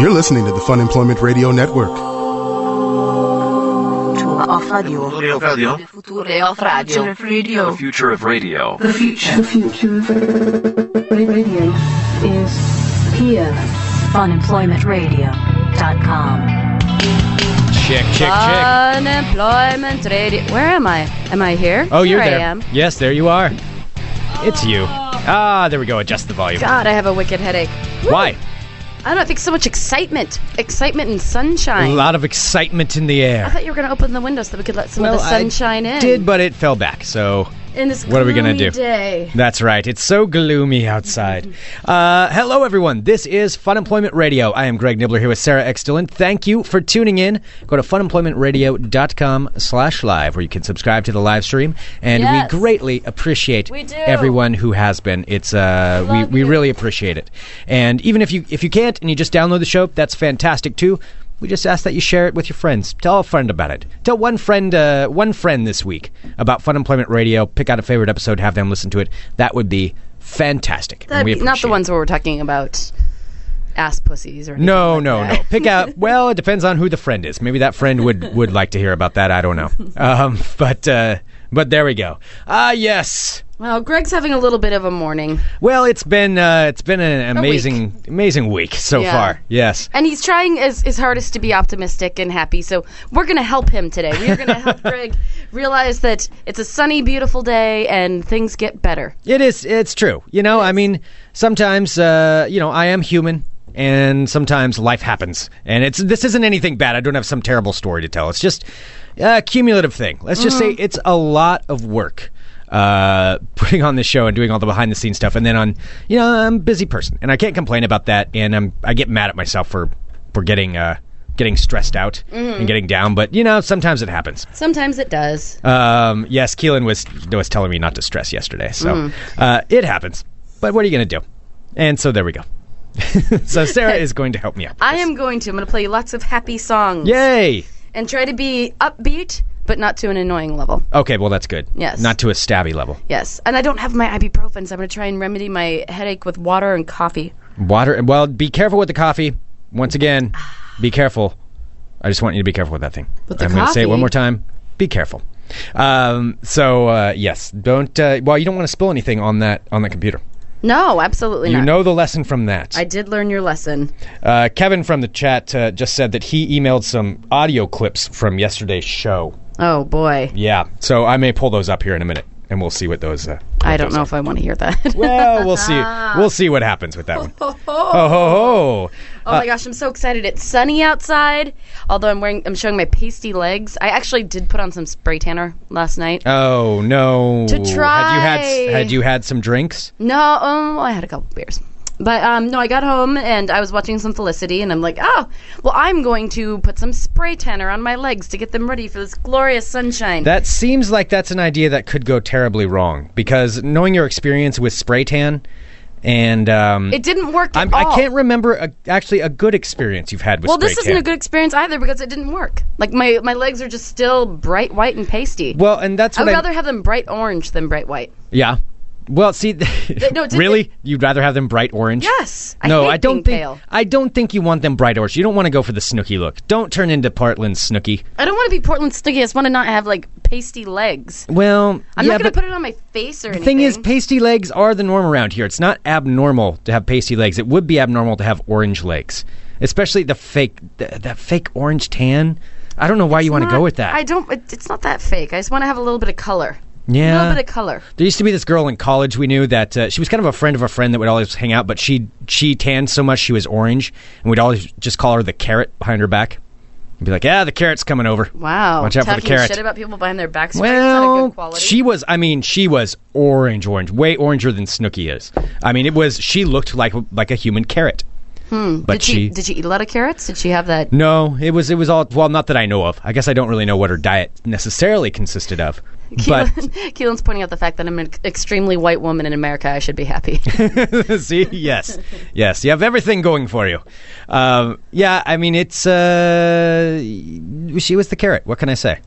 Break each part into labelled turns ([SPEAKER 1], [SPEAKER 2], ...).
[SPEAKER 1] You're listening to the Fun Employment Radio Network.
[SPEAKER 2] Future of Radio.
[SPEAKER 3] Future
[SPEAKER 2] The Future of
[SPEAKER 3] of Radio.
[SPEAKER 2] Radio.
[SPEAKER 3] The future of radio.
[SPEAKER 4] The future. The future of radio is here.
[SPEAKER 5] Unemploymentradio.com.
[SPEAKER 6] Check, check, check.
[SPEAKER 5] Unemployment radio. Where am I? Am I here?
[SPEAKER 6] Oh, you're
[SPEAKER 5] here
[SPEAKER 6] there.
[SPEAKER 5] I am. Oh.
[SPEAKER 6] Yes, there you are. It's you. Ah, there we go. Adjust the volume.
[SPEAKER 5] God, I have a wicked headache.
[SPEAKER 6] Why?
[SPEAKER 5] I don't think so much excitement, excitement and
[SPEAKER 6] A
[SPEAKER 5] sunshine.
[SPEAKER 6] lot of excitement in the
[SPEAKER 5] I
[SPEAKER 6] air.
[SPEAKER 5] thought you were going to open the window so that we could let some
[SPEAKER 6] Well,
[SPEAKER 5] of the
[SPEAKER 6] I
[SPEAKER 5] sunshine in.
[SPEAKER 6] Did, but it fell back. So
[SPEAKER 5] in this
[SPEAKER 6] what are we gonna
[SPEAKER 5] gloomy
[SPEAKER 6] do?
[SPEAKER 5] Day.
[SPEAKER 6] that's right. It's so gloomy outside. Uh, hello, everyone. This is Fun Employment Radio. I am Greg Nibbler here with Sarah X. Dillon. Thank you for tuning in. Go to funemploymentradio.com slash live where you can subscribe to the live stream. And
[SPEAKER 5] Yes.
[SPEAKER 6] we greatly appreciate
[SPEAKER 5] We do.
[SPEAKER 6] everyone who has been. It's uh, we,
[SPEAKER 5] love
[SPEAKER 6] we
[SPEAKER 5] you.
[SPEAKER 6] really appreciate it. And even if you if you can't and you just download the show, that's fantastic too. We just ask that you share it with your friends. Tell a friend about it. Tell one friend, uh, one friend this week about Fun Employment Radio. Pick out a favorite episode, have them listen to it. That would be fantastic. and
[SPEAKER 5] That'd
[SPEAKER 6] we
[SPEAKER 5] be- not
[SPEAKER 6] appreciate
[SPEAKER 5] the
[SPEAKER 6] it.
[SPEAKER 5] ones where we're talking about ass pussies or anything
[SPEAKER 6] No,
[SPEAKER 5] like
[SPEAKER 6] no,
[SPEAKER 5] that.
[SPEAKER 6] no. Pick out. Well, it depends on who the friend is. Maybe that friend would would like to hear about that. I don't know. Um, but uh, but there we go. Ah, yes.
[SPEAKER 5] Well, Greg's having a little bit of a morning,
[SPEAKER 6] Well, it's been uh, it's been an amazing amazing week so
[SPEAKER 5] Yeah.
[SPEAKER 6] far. Yes.
[SPEAKER 5] and he's trying his, his hardest to be optimistic and happy. So we're going to help him today. We are going to help Greg realize that it's a sunny, beautiful day, and things get better.
[SPEAKER 6] It is it's true. You know, I mean, sometimes uh, you know, I am human and sometimes life happens. And it's this isn't anything bad. I don't have some terrible story to tell. It's just a cumulative thing. Let's just say it's a lot of work. Uh, putting on the show and doing all the behind the scenes stuff, and then on, you know, I'm a busy person, and I can't complain about that. And I'm, I get mad at myself for, for getting, uh, getting stressed out and getting down. But you know, sometimes it happens.
[SPEAKER 5] Sometimes it does.
[SPEAKER 6] Um, yes, Keelan was was telling me not to stress yesterday, so
[SPEAKER 5] Mm.
[SPEAKER 6] uh, it happens. But what are you going to do? And so there we go. so Sarah is going to help me out.
[SPEAKER 5] I am going to. I'm going to play you lots of happy songs.
[SPEAKER 6] Yay!
[SPEAKER 5] And try to be upbeat, but not to an annoying level.
[SPEAKER 6] Okay, well that's good.
[SPEAKER 5] Yes.
[SPEAKER 6] Not to a stabby level.
[SPEAKER 5] Yes. And I don't have my ibuprofen, so I'm going to try and remedy my headache with water and coffee.
[SPEAKER 6] Water. Well, be careful with the coffee. Once again, be careful. I just want you to be careful with that thing.
[SPEAKER 5] With the
[SPEAKER 6] I'm gonna say it one
[SPEAKER 5] coffee?
[SPEAKER 6] more time. Be careful. Um, so uh, yes, don't. Uh, well, you don't want to spill anything on that on that computer.
[SPEAKER 5] No, absolutely
[SPEAKER 6] You
[SPEAKER 5] not.
[SPEAKER 6] know the lesson from that.
[SPEAKER 5] I did learn your lesson.
[SPEAKER 6] Uh, Kevin from the chat uh, just said that he emailed some audio clips from yesterday's show.
[SPEAKER 5] Oh, boy.
[SPEAKER 6] Yeah, so I may pull those up here in a minute, and we'll see what those. Uh, what
[SPEAKER 5] I don't
[SPEAKER 6] those
[SPEAKER 5] know Ah.
[SPEAKER 6] are.
[SPEAKER 5] if I want to hear that.
[SPEAKER 6] Well, we'll see. We'll see what happens with that one. Oh, ho, ho.
[SPEAKER 5] Oh
[SPEAKER 6] uh,
[SPEAKER 5] my gosh, I'm so excited. It's sunny outside. Although I'm wearing I'm showing my pasty legs. I actually did put on some spray tanner last night.
[SPEAKER 6] oh no!
[SPEAKER 5] To
[SPEAKER 6] Had you had s-
[SPEAKER 5] try.
[SPEAKER 6] had you had some drinks?
[SPEAKER 5] No, um, I had a couple beers. But um, no, I got home and I was watching some Felicity, and I'm like, oh, well, I'm going to put some spray tanner on my legs to get them ready for this glorious sunshine.
[SPEAKER 6] That seems like that's an idea that could go terribly wrong because knowing your experience with spray tan, and um,
[SPEAKER 5] it didn't work at
[SPEAKER 6] I'm,
[SPEAKER 5] all.
[SPEAKER 6] I can't remember a, actually a good experience you've had with.
[SPEAKER 5] well,
[SPEAKER 6] spray
[SPEAKER 5] this
[SPEAKER 6] tan.
[SPEAKER 5] isn't a good experience either because it didn't work. Like my my legs are just still bright white and pasty.
[SPEAKER 6] Well, and that's
[SPEAKER 5] I
[SPEAKER 6] what
[SPEAKER 5] would rather have them bright orange than bright white.
[SPEAKER 6] Yeah. Well, see,
[SPEAKER 5] no, did
[SPEAKER 6] really,
[SPEAKER 5] they-
[SPEAKER 6] you'd rather have them bright orange.
[SPEAKER 5] Yes, I
[SPEAKER 6] no,
[SPEAKER 5] hate
[SPEAKER 6] I don't
[SPEAKER 5] being
[SPEAKER 6] think
[SPEAKER 5] pale.
[SPEAKER 6] I don't think you want them bright orange. You don't want to go for the snooky look. Don't turn into Portland snooky.
[SPEAKER 5] I don't want to be Portland Snooki. I just want to not have like pasty legs.
[SPEAKER 6] Well,
[SPEAKER 5] I'm
[SPEAKER 6] yeah,
[SPEAKER 5] not going
[SPEAKER 6] but
[SPEAKER 5] to put it on my face or
[SPEAKER 6] the
[SPEAKER 5] anything.
[SPEAKER 6] thing is, pasty legs are the norm around here. It's not abnormal to have pasty legs. It would be abnormal to have orange legs, especially the fake th- that fake orange tan. I don't know why you want to
[SPEAKER 5] not-
[SPEAKER 6] go with that.
[SPEAKER 5] I don't. It, it's not that fake. I just want to have a little bit of color.
[SPEAKER 6] yeah,
[SPEAKER 5] A little bit of color.
[SPEAKER 6] There used to be this girl in college we knew that uh, she was kind of a friend of a friend that would always hang out, but she she tanned so much she was orange, and we'd always just call her the carrot behind her back. And be like, "Yeah, the carrot's coming over."
[SPEAKER 5] Wow.
[SPEAKER 6] Watch out for
[SPEAKER 5] Talking
[SPEAKER 6] the carrot.
[SPEAKER 5] shit about people behind their backs. Well, not a good
[SPEAKER 6] well,
[SPEAKER 5] quality.
[SPEAKER 6] she was. I mean, she was orange, orange, way oranger than Snooki is. I mean, it was. She looked like like a human carrot. Hmm. But
[SPEAKER 5] did she, did she eat a lot of carrots? Did she have that?
[SPEAKER 6] no, it was it was all well, not that I know of. I guess I don't really know what her diet necessarily consisted of. But
[SPEAKER 5] Keelan's pointing out the fact that I'm an extremely white woman in America. I should be happy.
[SPEAKER 6] See, yes, yes, you have everything going for you. Um, yeah, I mean, it's uh, she was the carrot. What can I say?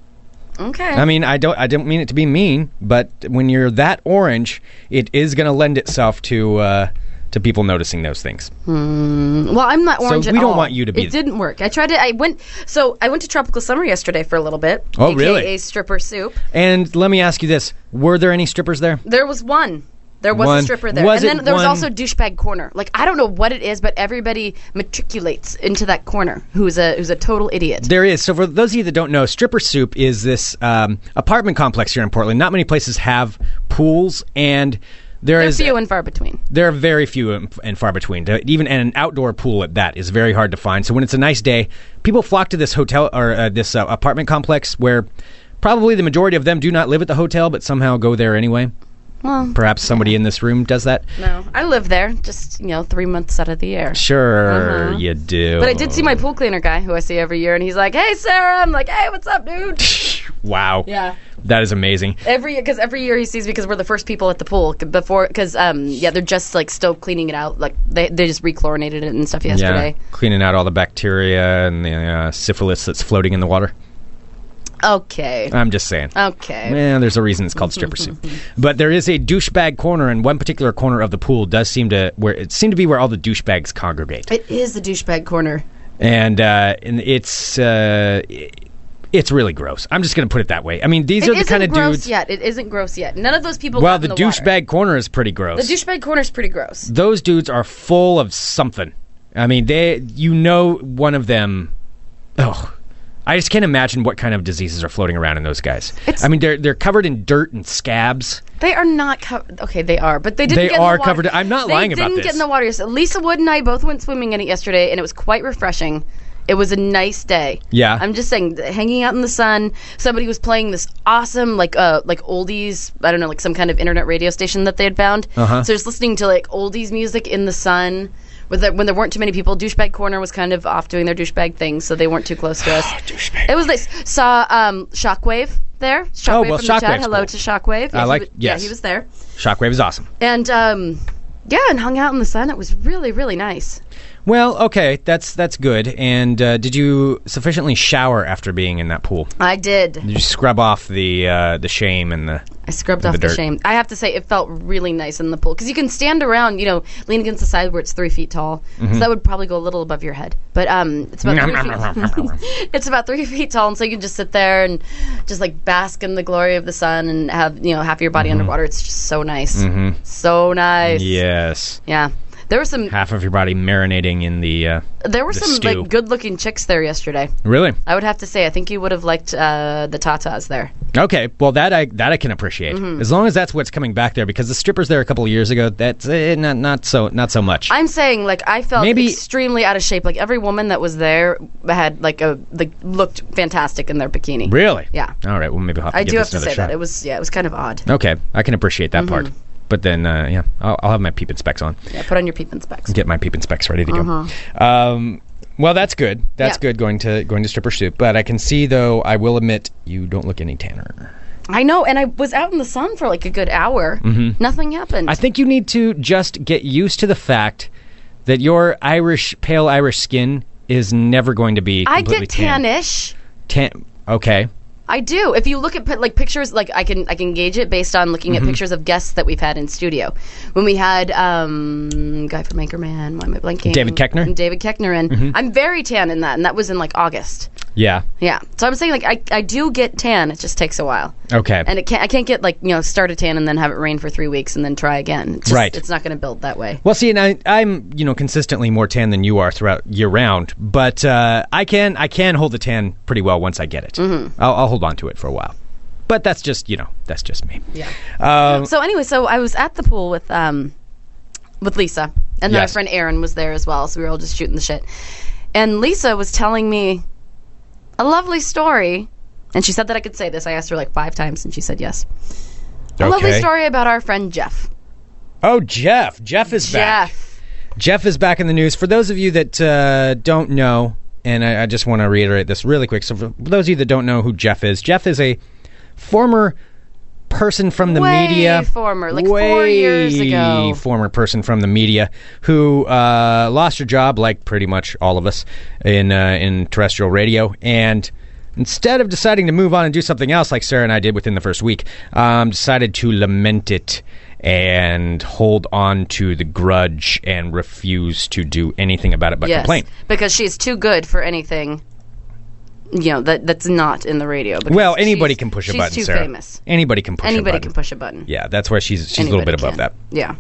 [SPEAKER 5] okay.
[SPEAKER 6] I mean, I don't, I don't mean it to be mean, but when you're that orange, it is going to lend itself to uh, to people noticing those things.
[SPEAKER 5] Well, I'm not orange at
[SPEAKER 6] we don't
[SPEAKER 5] all.
[SPEAKER 6] want you to be
[SPEAKER 5] It didn't work. I tried to. I went. So I went to Tropical Summer yesterday for a little bit.
[SPEAKER 6] Oh,
[SPEAKER 5] AKA
[SPEAKER 6] really?
[SPEAKER 5] stripper soup.
[SPEAKER 6] And let me ask you this: Were there any strippers there?
[SPEAKER 5] There was one. There was
[SPEAKER 6] One.
[SPEAKER 5] a stripper there,
[SPEAKER 6] Was
[SPEAKER 5] and
[SPEAKER 6] it
[SPEAKER 5] then there was
[SPEAKER 6] one-
[SPEAKER 5] also douchebag corner. Like I don't know what it is, but everybody matriculates into that corner. Who's a who's a total idiot?
[SPEAKER 6] There is. So for those of you that don't know, Stripper Soup is this um, apartment complex here in Portland. Not many places have pools, and there
[SPEAKER 5] They're
[SPEAKER 6] is-
[SPEAKER 5] few and far between.
[SPEAKER 6] there are very few and and far between. To- Even and an outdoor pool at that is very hard to find. So when it's a nice day, people flock to this hotel or uh, this uh, apartment complex where probably the majority of them do not live at the hotel, but somehow go there anyway.
[SPEAKER 5] Well,
[SPEAKER 6] Perhaps somebody in this room does that.
[SPEAKER 5] no, I live there. Just you know, three months out of the year.
[SPEAKER 6] Sure,
[SPEAKER 5] Uh-huh.
[SPEAKER 6] you do.
[SPEAKER 5] But I did see
[SPEAKER 6] Oh.
[SPEAKER 5] my pool cleaner guy, who I see every year, and he's like, "Hey, Sarah." I'm like, "Hey, what's up, dude?"
[SPEAKER 6] Wow.
[SPEAKER 5] Yeah.
[SPEAKER 6] That is amazing.
[SPEAKER 5] Every year, because every year he sees me because we're the first people at the pool c- before because um yeah they're just like still cleaning it out like they they just rechlorinated it and stuff yesterday.
[SPEAKER 6] Yeah, cleaning out all the bacteria and the uh, syphilis that's floating in the water.
[SPEAKER 5] Okay.
[SPEAKER 6] I'm just saying.
[SPEAKER 5] Okay.
[SPEAKER 6] Yeah, there's a reason it's called stripper soup. But there is a douchebag corner, and one particular corner of the pool does seem to where it seemed to be where all the douchebags congregate,
[SPEAKER 5] It is the douchebag corner.
[SPEAKER 6] and uh, and it's. Uh, i- it's really gross. I'm just going to put it that way. I mean, these
[SPEAKER 5] It
[SPEAKER 6] are the
[SPEAKER 5] isn't
[SPEAKER 6] kind of
[SPEAKER 5] gross
[SPEAKER 6] dudes.
[SPEAKER 5] yet. It isn't gross yet. None of those people.
[SPEAKER 6] Well,
[SPEAKER 5] got
[SPEAKER 6] the
[SPEAKER 5] in the water.
[SPEAKER 6] douchebag corner is pretty
[SPEAKER 5] The
[SPEAKER 6] gross.
[SPEAKER 5] douchebag corner's pretty gross.
[SPEAKER 6] Those dudes are full of something. I mean, they you know one of them. Oh, I just can't imagine what kind of diseases are floating around in those guys.
[SPEAKER 5] It's-
[SPEAKER 6] I mean, they're they're covered in dirt and scabs.
[SPEAKER 5] They are not covered. Okay, they are, but they didn't.
[SPEAKER 6] They
[SPEAKER 5] get in the
[SPEAKER 6] are
[SPEAKER 5] water.
[SPEAKER 6] covered- I'm not
[SPEAKER 5] They
[SPEAKER 6] lying about
[SPEAKER 5] didn't
[SPEAKER 6] this.
[SPEAKER 5] get in the water. yesterday. Lisa Wood and I both went swimming in it yesterday, and it was quite refreshing. It was a nice day.
[SPEAKER 6] Yeah.
[SPEAKER 5] I'm just saying, th- hanging out in the sun. Somebody was playing this awesome, like, uh, like oldies. I don't know, like some kind of internet radio station that they had found.
[SPEAKER 6] Uh-huh.
[SPEAKER 5] So just listening to like oldies music in the sun. With the, when there weren't too many people, douchebag corner was kind of off doing their douchebag thing, so they weren't too close to us. douchebag. It was nice. Saw um, Shockwave there. Shockwave
[SPEAKER 6] Oh, well,
[SPEAKER 5] from the chat.
[SPEAKER 6] Shockwave's
[SPEAKER 5] Hello
[SPEAKER 6] cool.
[SPEAKER 5] to Shockwave.
[SPEAKER 6] I
[SPEAKER 5] he
[SPEAKER 6] like-
[SPEAKER 5] wa- Yeah,
[SPEAKER 6] yes.
[SPEAKER 5] he was there
[SPEAKER 6] Shockwave is awesome.
[SPEAKER 5] and um yeah and hung out in the sun it was really really nice
[SPEAKER 6] Well, okay, that's that's good. And uh, did you sufficiently shower after being in that pool?
[SPEAKER 5] i did
[SPEAKER 6] Did you scrub off the uh, the shame and the?
[SPEAKER 5] i scrubbed
[SPEAKER 6] Into
[SPEAKER 5] off the,
[SPEAKER 6] the dirt.
[SPEAKER 5] shame i have to say it felt really nice in the pool because you can stand around you know lean against the side where it's three feet tall
[SPEAKER 6] Mm-hmm.
[SPEAKER 5] so that would probably go a little above your head but um it's about three feet it's about three feet tall and so you can just sit there and just like bask in the glory of the sun and have you know half your
[SPEAKER 6] Mm-hmm.
[SPEAKER 5] body underwater it's just so nice so nice
[SPEAKER 6] yes,
[SPEAKER 5] yeah there were some
[SPEAKER 6] half of your body marinating in the. Uh,
[SPEAKER 5] there were
[SPEAKER 6] the
[SPEAKER 5] some
[SPEAKER 6] stew.
[SPEAKER 5] like good looking chicks there yesterday
[SPEAKER 6] really?
[SPEAKER 5] i would have to say i think you would have liked uh, the tatas there
[SPEAKER 6] Okay, well that I that I can appreciate
[SPEAKER 5] Mm-hmm.
[SPEAKER 6] as long as that's what's coming back there because the strippers there a couple of years ago that's eh, not not so not so much.
[SPEAKER 5] I'm saying like I felt
[SPEAKER 6] Maybe-
[SPEAKER 5] extremely out of shape. Like every woman that was there had like a like looked fantastic in their bikini.
[SPEAKER 6] really?
[SPEAKER 5] Yeah.
[SPEAKER 6] All right. Well, maybe I'll have to
[SPEAKER 5] I
[SPEAKER 6] give
[SPEAKER 5] do
[SPEAKER 6] this
[SPEAKER 5] have to
[SPEAKER 6] another
[SPEAKER 5] say
[SPEAKER 6] shot.
[SPEAKER 5] that it was Mm-hmm. yeah it was kind of odd.
[SPEAKER 6] okay, I can appreciate that part, but then uh, yeah, I'll, I'll have my peeping specs on.
[SPEAKER 5] Yeah, put on your peeping specs.
[SPEAKER 6] get my peeping specs ready to go.
[SPEAKER 5] Mm-hmm.
[SPEAKER 6] Um, well, that's good. That's
[SPEAKER 5] Yeah.
[SPEAKER 6] good going to going to stripper soup. But I can see though. I will admit you don't look any tanner.
[SPEAKER 5] I know, and I was out in the sun for like a good hour. Mm-hmm. Nothing happened.
[SPEAKER 6] I think you need to just get used to the fact that your Irish pale Irish skin is never going to be.
[SPEAKER 5] I
[SPEAKER 6] completely
[SPEAKER 5] get tannish.
[SPEAKER 6] Tan. tan- okay.
[SPEAKER 5] I do. If you look at pi- like pictures, like I can I can gauge it based on looking
[SPEAKER 6] Mm-hmm.
[SPEAKER 5] at pictures of guests that we've had in studio. When we had um guy from Anchorman, why am I blanking?
[SPEAKER 6] David Mm-hmm. Koechner?
[SPEAKER 5] David Keckner, and I'm very tan in that, and that was in like August.
[SPEAKER 6] Yeah.
[SPEAKER 5] Yeah. So I'm saying like I, I do get tan. It just takes a while,
[SPEAKER 6] Okay.
[SPEAKER 5] and it can't I can't get like you know start a tan and then have it rain for three weeks and then try again. It's just-
[SPEAKER 6] Right.
[SPEAKER 5] It's not going to build that way.
[SPEAKER 6] Well, see, and I, I'm you know consistently more tan than you are throughout year round, but uh, I can I can hold the tan pretty well once I get it.
[SPEAKER 5] Mm-hmm.
[SPEAKER 6] I'll, I'll hold on to it for a while, but that's just you know that's just me. Yeah. Um,
[SPEAKER 5] So anyway, so I was at the pool with um with Lisa, and then
[SPEAKER 6] Yes.
[SPEAKER 5] our friend Aaron was there as well. So we were all just shooting the shit, and Lisa was telling me a lovely story, and she said that I could say this. I asked her like five times, and she said yes. A lovely
[SPEAKER 6] Okay.
[SPEAKER 5] story about our friend Jeff.
[SPEAKER 6] Oh, Jeff! Jeff is back.
[SPEAKER 5] Jeff.
[SPEAKER 6] Jeff is back in the news. For those of you that uh, don't know, and I, I just want to reiterate this really quick. So, for those of you that don't know who Jeff is, Jeff is a former person from the
[SPEAKER 5] Way
[SPEAKER 6] media,
[SPEAKER 5] former, like four years ago.
[SPEAKER 6] former person from the media who uh, lost her job, like pretty much all of us in uh, in terrestrial radio, and Instead of deciding to move on and do something else, like Sarah and I did within the first week, um, decided to lament it and hold on to the grudge and refuse to do anything about it but
[SPEAKER 5] Yes,
[SPEAKER 6] complain.
[SPEAKER 5] because she's too good for anything. You know that that's not in the radio. because
[SPEAKER 6] Well, anybody
[SPEAKER 5] she's-
[SPEAKER 6] can push a
[SPEAKER 5] she's
[SPEAKER 6] button,
[SPEAKER 5] Too
[SPEAKER 6] Sarah.
[SPEAKER 5] famous.
[SPEAKER 6] Anybody can push
[SPEAKER 5] Anybody
[SPEAKER 6] a
[SPEAKER 5] can
[SPEAKER 6] button.
[SPEAKER 5] push a button.
[SPEAKER 6] Yeah, that's where she's she's a little bit
[SPEAKER 5] Anybody
[SPEAKER 6] above that.
[SPEAKER 5] can. Yeah.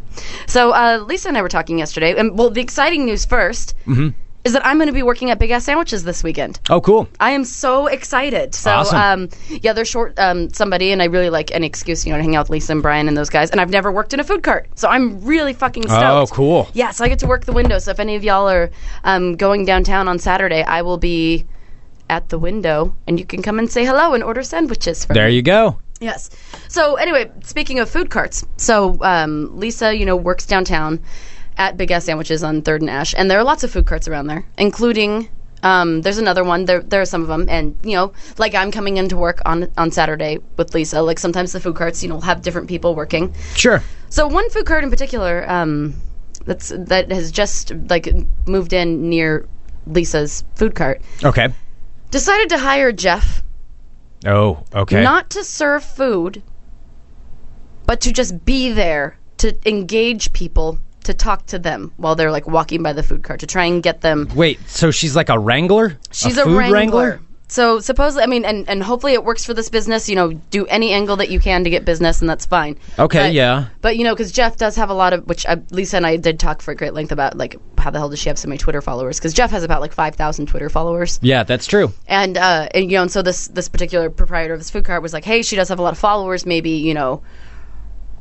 [SPEAKER 5] So uh, Lisa and I were talking yesterday, and well, the exciting news 1st
[SPEAKER 6] Mm-hmm.
[SPEAKER 5] is that I'm going to be working at Big Ass Sandwiches this weekend.
[SPEAKER 6] Oh, cool.
[SPEAKER 5] I am so excited. So,
[SPEAKER 6] Awesome.
[SPEAKER 5] um, yeah, they're short um, somebody, and I really like an excuse, you know, to hang out with Lisa and Brian and those guys. And I've never worked in a food cart, so I'm really fucking stoked.
[SPEAKER 6] Oh, cool.
[SPEAKER 5] Yeah, so I get to work the window. So if any of y'all are um, going downtown on Saturday, I will be at the window, and you can come and say hello and order sandwiches. From
[SPEAKER 6] There
[SPEAKER 5] me.
[SPEAKER 6] you go.
[SPEAKER 5] Yes. So anyway, speaking of food carts, so um, Lisa, you know, works downtown at Big Ass Sandwiches on Third and Ash, and there are lots of food carts around there, including. Um, there's another one. There, there are some of them, and you know, like I'm coming into work on on Saturday with Lisa. Like sometimes the food carts, you know, have different people working.
[SPEAKER 6] Sure.
[SPEAKER 5] So one food cart in particular, um, that's that has just like moved in near Lisa's food cart,
[SPEAKER 6] Okay.
[SPEAKER 5] decided to hire Jeff
[SPEAKER 6] Oh, okay.
[SPEAKER 5] not to serve food, but to just be there to engage people, to talk to them while they're like walking by the food cart to try and get them.
[SPEAKER 6] Wait, so she's like a wrangler?
[SPEAKER 5] She's
[SPEAKER 6] food
[SPEAKER 5] wrangler. So supposedly, I mean, and, and hopefully it works for this business. You know, do any angle that you can to get business, and that's fine.
[SPEAKER 6] Okay,
[SPEAKER 5] But-
[SPEAKER 6] yeah.
[SPEAKER 5] But you know, because Jeff does have a lot of, which uh, Lisa and I did talk for a great length about, like how the hell does she have so many Twitter followers? Because Jeff has about like five thousand Twitter followers
[SPEAKER 6] Yeah, that's true.
[SPEAKER 5] and uh, and you know, and so this this particular proprietor of this food cart was like, "Hey, she does have a lot of followers. Maybe you know,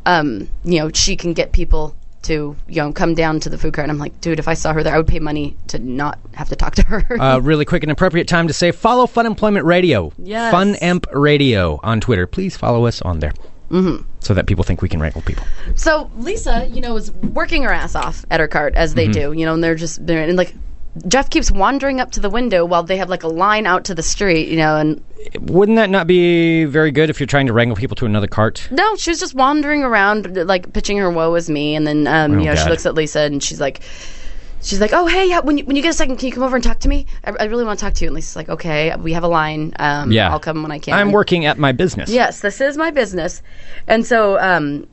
[SPEAKER 5] um, you know, she can get people to you know come down to the food cart." And I'm like, "Dude, if I saw her there, I would pay money to not have to talk to her."
[SPEAKER 6] Uh, really quick and appropriate time to say follow Fun Employment Radio.
[SPEAKER 5] Yes.
[SPEAKER 6] Fun Emp Radio on Twitter. Please follow us on there. Mm-hmm. So that people think we can wrangle people.
[SPEAKER 5] so Lisa, you know, is working her ass off at her cart as they do, you know, and they're just they're and like. Jeff keeps wandering up to the window while they have like a line out to the street, you know, and
[SPEAKER 6] Wouldn't that not be very good if you're trying to wrangle people to another cart?
[SPEAKER 5] No, she was just wandering around, like pitching her woe as me, and then um, you know she
[SPEAKER 6] Oh, God.
[SPEAKER 5] looks at Lisa and she's like, she's like, oh hey, yeah, when you, when you get a second, can you come over and talk to me? I, I really want to talk to you. And Lisa's like, okay, we have a line. Um,
[SPEAKER 6] Yeah.
[SPEAKER 5] I'll come when I can.
[SPEAKER 6] I'm working at my business.
[SPEAKER 5] Yes, this is my business, and so um,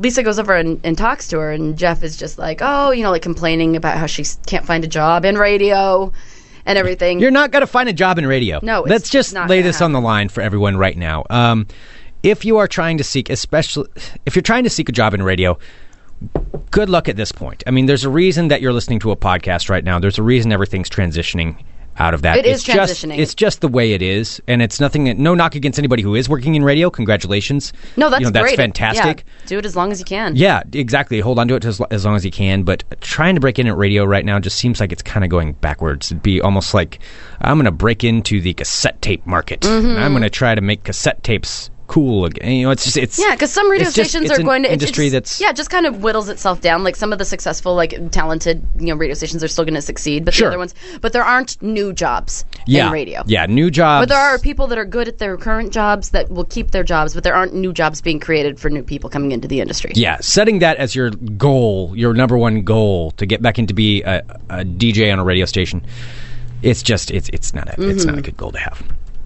[SPEAKER 5] Lisa goes over and, and talks to her, and Jeff is just like, oh, you know, like complaining about how she s- can't find a job in radio and everything.
[SPEAKER 6] You're not going to find a job in radio.
[SPEAKER 5] No, it's
[SPEAKER 6] let's just
[SPEAKER 5] not
[SPEAKER 6] lay
[SPEAKER 5] gonna
[SPEAKER 6] this on the line for everyone right now. Um, if you are trying to seek, especially if you're trying to seek a job in radio, good luck at this point. I mean, there's a reason that you're listening to a podcast right now. There's a reason everything's transitioning out of that.
[SPEAKER 5] It is
[SPEAKER 6] It's just-
[SPEAKER 5] transitioning.
[SPEAKER 6] it's just the way it is, and it's nothing. That, no knock against anybody who is working in radio. Congratulations.
[SPEAKER 5] no, that's
[SPEAKER 6] you know, that's
[SPEAKER 5] great.
[SPEAKER 6] fantastic.
[SPEAKER 5] Yeah, do it as long as you can.
[SPEAKER 6] Yeah, exactly. Hold on to it as, as long as you can. But trying to break in at radio right now just seems like it's kind of going backwards. It'd be almost like I'm going to break into the cassette tape market.
[SPEAKER 5] Mm-hmm.
[SPEAKER 6] And I'm going to try to make cassette tapes cool again. You know, it's just it's
[SPEAKER 5] Yeah, because some radio
[SPEAKER 6] it's just-
[SPEAKER 5] stations
[SPEAKER 6] it's
[SPEAKER 5] are
[SPEAKER 6] an
[SPEAKER 5] going to it's-
[SPEAKER 6] industry
[SPEAKER 5] it's-
[SPEAKER 6] that's
[SPEAKER 5] yeah, it just kind of whittles itself down. Like some of the successful, like talented, you know, radio stations are still going to succeed, but
[SPEAKER 6] Sure.
[SPEAKER 5] the other ones, but there aren't new jobs
[SPEAKER 6] yeah
[SPEAKER 5] in radio.
[SPEAKER 6] Yeah, new jobs.
[SPEAKER 5] But there are people that are good at their current jobs that will keep their jobs, but there aren't new jobs being created for new people coming into the industry.
[SPEAKER 6] Yeah, setting that as your goal, your number one goal to get back into be a, a DJ on a radio station. It's just it's it's not a it's not a good goal to have.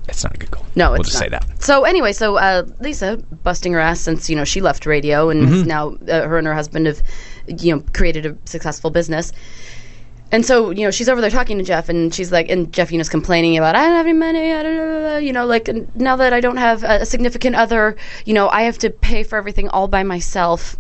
[SPEAKER 6] It's not a good goal.
[SPEAKER 5] Mm-hmm. No,
[SPEAKER 6] we'll
[SPEAKER 5] it's
[SPEAKER 6] just
[SPEAKER 5] not.
[SPEAKER 6] say that.
[SPEAKER 5] So anyway, so uh, Lisa busting her ass since you know she left radio and
[SPEAKER 6] Mm-hmm.
[SPEAKER 5] has now uh, her and her husband have you know created a successful business. And so you know she's over there talking to Jeff, and she's like, and Jeff you know is complaining about I don't have any money, I don't know, you know, like and now that I don't have a, a significant other, you know, I have to pay for everything all by myself.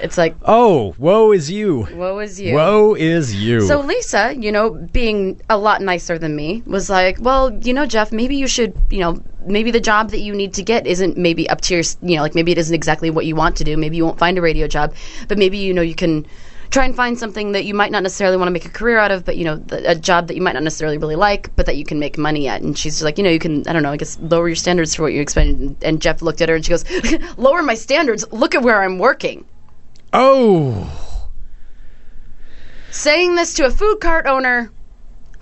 [SPEAKER 5] It's like,
[SPEAKER 6] Oh, woe is you.
[SPEAKER 5] woe is you.
[SPEAKER 6] Woe is you.
[SPEAKER 5] So Lisa, you know, being a lot nicer than me, was like, "Well, you know, Jeff, maybe you should, you know, maybe the job that you need to get isn't maybe up to your, s- you know, like maybe it isn't exactly what you want to do. Maybe you won't find a radio job, but maybe you know you can try and find something that you might not necessarily want to make a career out of, but you know, the, a job that you might not necessarily really like, but that you can make money at." And she's like, "You know, you can, I don't know, I guess lower your standards for what you expect." And- And Jeff looked at her and she goes, "Lower my standards? Look at where I'm working."
[SPEAKER 6] oh,
[SPEAKER 5] saying this to a food cart owner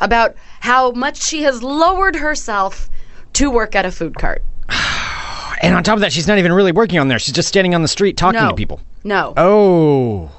[SPEAKER 5] about how much she has lowered herself to work at a food cart.
[SPEAKER 6] and on top of that, she's not even really working on there. She's just standing Oh. on the street talking
[SPEAKER 5] No.
[SPEAKER 6] to people.
[SPEAKER 5] No.
[SPEAKER 6] Oh,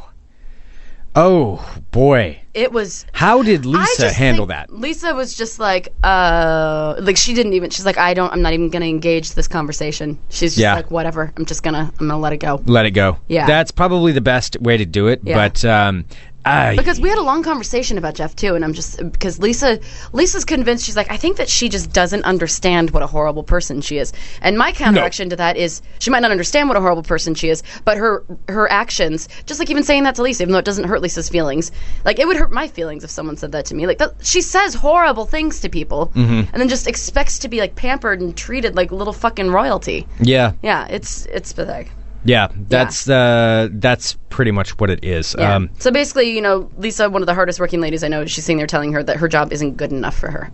[SPEAKER 6] oh boy.
[SPEAKER 5] it was.
[SPEAKER 6] How did
[SPEAKER 5] I
[SPEAKER 6] Lisa
[SPEAKER 5] just
[SPEAKER 6] handle
[SPEAKER 5] think
[SPEAKER 6] that?
[SPEAKER 5] Lisa was just like, uh, like she didn't even. She's like, I don't. I'm not even gonna engage this conversation. She's just
[SPEAKER 6] Yeah.
[SPEAKER 5] like, whatever. I'm just gonna. I'm gonna let it go.
[SPEAKER 6] Let it go.
[SPEAKER 5] Yeah.
[SPEAKER 6] that's probably the best way to do it.
[SPEAKER 5] Yeah.
[SPEAKER 6] But um, I,
[SPEAKER 5] Because we had a long conversation about Jeff too, and I'm just because Lisa, Lisa's convinced she's like, I think that she just doesn't understand what a horrible person she is. And my counteraction to that is she might not understand what a horrible person she is, but her her actions, just like even saying that to Lisa, even though it doesn't hurt Lisa's feelings, like it would hurt my feelings if someone said that to me. Like that, she says horrible things to people, and then just expects to be like pampered and treated like little fucking royalty.
[SPEAKER 6] yeah,
[SPEAKER 5] Yeah, it's it's pathetic.
[SPEAKER 6] yeah, that's uh, that's pretty much what it is.
[SPEAKER 5] Yeah.
[SPEAKER 6] Um,
[SPEAKER 5] so basically, you know, Lisa, one of the hardest working ladies I know, she's sitting there telling her that her job isn't good enough for her.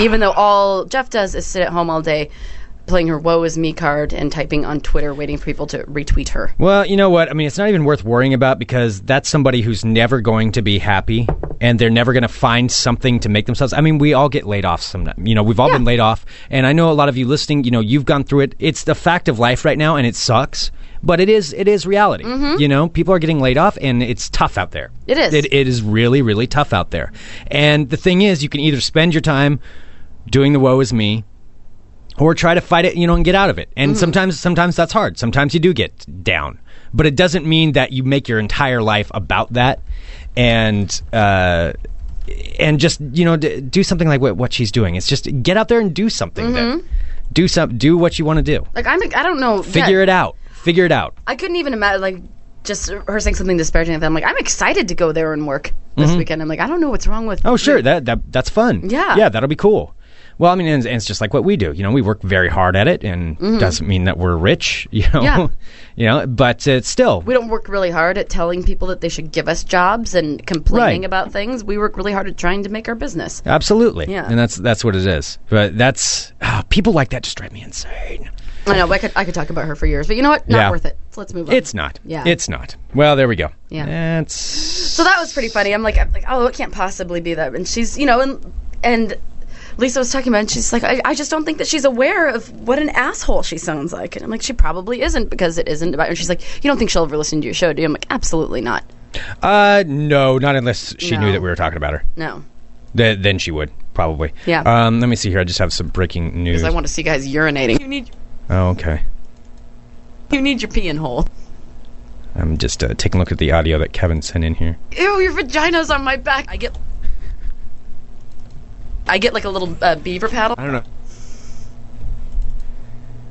[SPEAKER 5] Even though all Jeff does is sit at home all day playing her woe is me card and typing on Twitter waiting for people to retweet her.
[SPEAKER 6] Well, you know what? I mean, it's not even worth worrying about because that's somebody who's never going to be happy and they're never going to find something to make themselves. I mean, we all get laid off sometime. You know, we've all been laid off. And I know a lot of you listening, you know, you've gone through it. It's the fact of life right now and it sucks, but it is it is reality. You know, people are getting laid off and it's tough out there.
[SPEAKER 5] Mm-hmm. It is.
[SPEAKER 6] It, it is really really tough out there. And the thing is, you can either spend your time doing the woe is me or try to fight it, you know, and get out of it. And
[SPEAKER 5] Mm-hmm.
[SPEAKER 6] sometimes, sometimes that's hard. Sometimes you do get down, but it doesn't mean that you make your entire life about that. And uh, and just you know, d- do something like what, what she's doing. It's just get out there and do something. Then do some, do what you want to do.
[SPEAKER 5] Like I'm I don't know
[SPEAKER 6] Figure
[SPEAKER 5] Mm-hmm. yeah,
[SPEAKER 6] it out. Figure it out.
[SPEAKER 5] I couldn't even imagine like just her saying something disparaging like that. I'm like, I'm excited to go there and work this weekend. I'm like, I don't know what's wrong with
[SPEAKER 6] Mm-hmm. Oh, sure. That, that that's fun.
[SPEAKER 5] Yeah.
[SPEAKER 6] Yeah, that'll be cool. Well, I mean, and, and it's just like what we do. You know, we work very hard at it, and doesn't mean that we're rich. You
[SPEAKER 5] Mm-hmm.
[SPEAKER 6] know.
[SPEAKER 5] Yeah.
[SPEAKER 6] you know, but it's still
[SPEAKER 5] we don't work really hard at telling people that they should give us jobs and complaining
[SPEAKER 6] Right.
[SPEAKER 5] about things. We work really hard at trying to make our business.
[SPEAKER 6] Absolutely.
[SPEAKER 5] Yeah.
[SPEAKER 6] And that's that's what it is. But that's ah, people like that just drive me insane.
[SPEAKER 5] I know I could I could talk about her for years, but you know what? Not
[SPEAKER 6] Yeah.
[SPEAKER 5] worth it. So let's move on.
[SPEAKER 6] It's not.
[SPEAKER 5] Yeah.
[SPEAKER 6] It's not. Well, there we go.
[SPEAKER 5] Yeah.
[SPEAKER 6] That's
[SPEAKER 5] so that was pretty funny. I'm like I'm like oh it can't possibly be that. And she's you know and and Lisa was talking about it, and she's like I, I just don't think that she's aware of what an asshole she sounds like. And I'm like she probably isn't because it isn't about. And she's like you don't think she'll ever listen to your show, do you? I'm like absolutely not.
[SPEAKER 6] uh no, not unless she knew
[SPEAKER 5] No.
[SPEAKER 6] that we were talking about her.
[SPEAKER 5] No.
[SPEAKER 6] Th- then she would probably.
[SPEAKER 5] Yeah.
[SPEAKER 6] Um let me see here. I just have some breaking news.
[SPEAKER 5] Because I want to see guys urinating. You need
[SPEAKER 6] oh, okay.
[SPEAKER 5] you need your peeing hole.
[SPEAKER 6] I'm just uh, taking a look at the audio that Kevin sent in here.
[SPEAKER 5] Ew, your vagina's on my back. I get I get like a little uh, beaver paddle.
[SPEAKER 6] I don't know.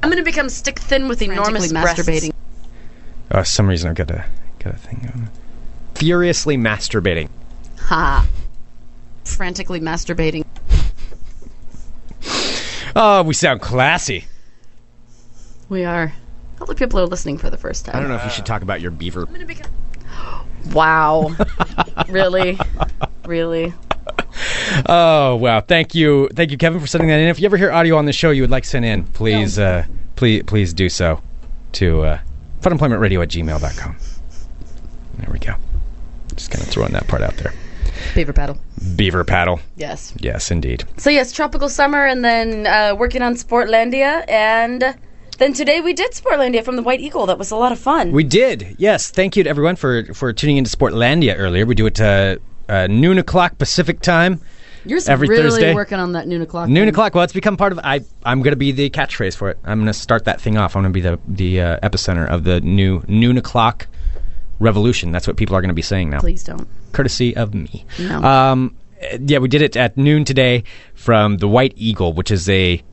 [SPEAKER 5] I'm gonna become stick thin with enormous masturbating.
[SPEAKER 6] Uh, for some reason I've got a got a thing going. Furiously masturbating.
[SPEAKER 5] Ha. Uh, Frantically masturbating.
[SPEAKER 6] Oh, we sound classy.
[SPEAKER 5] We are. All the people are listening for the first time.
[SPEAKER 6] I don't know if you should talk about your beaver.
[SPEAKER 5] Wow. really? Really?
[SPEAKER 6] Oh wow! Thank you, thank you, Kevin, for sending that in. If you ever hear audio on the show you would like sent in, please, uh, please, please do so to uh, funemploymentradio at gmail.com. There we go. Just kind of throwing that part out there.
[SPEAKER 5] Beaver paddle.
[SPEAKER 6] Beaver paddle,
[SPEAKER 5] Yes.
[SPEAKER 6] yes, indeed.
[SPEAKER 5] So yes, tropical summer, and then uh, working on Sportlandia, and then today we did Sportlandia from the White Eagle. That was a lot of fun.
[SPEAKER 6] We did, yes. Thank you to everyone for for tuning into Sportlandia earlier. We do it uh, uh, noon o'clock Pacific time.
[SPEAKER 5] You're
[SPEAKER 6] every
[SPEAKER 5] really
[SPEAKER 6] Thursday.
[SPEAKER 5] working on that noon o'clock.
[SPEAKER 6] Noon
[SPEAKER 5] thing.
[SPEAKER 6] o'clock. Well, it's become part of. I I'm gonna be the catchphrase for it. I'm gonna start that thing off. I'm gonna be the the uh, epicenter of the new noon o'clock revolution. That's what people are gonna be saying now,
[SPEAKER 5] Please don't.
[SPEAKER 6] courtesy of me.
[SPEAKER 5] No.
[SPEAKER 6] Um, uh, yeah, we did it at noon today from the White Eagle, which is a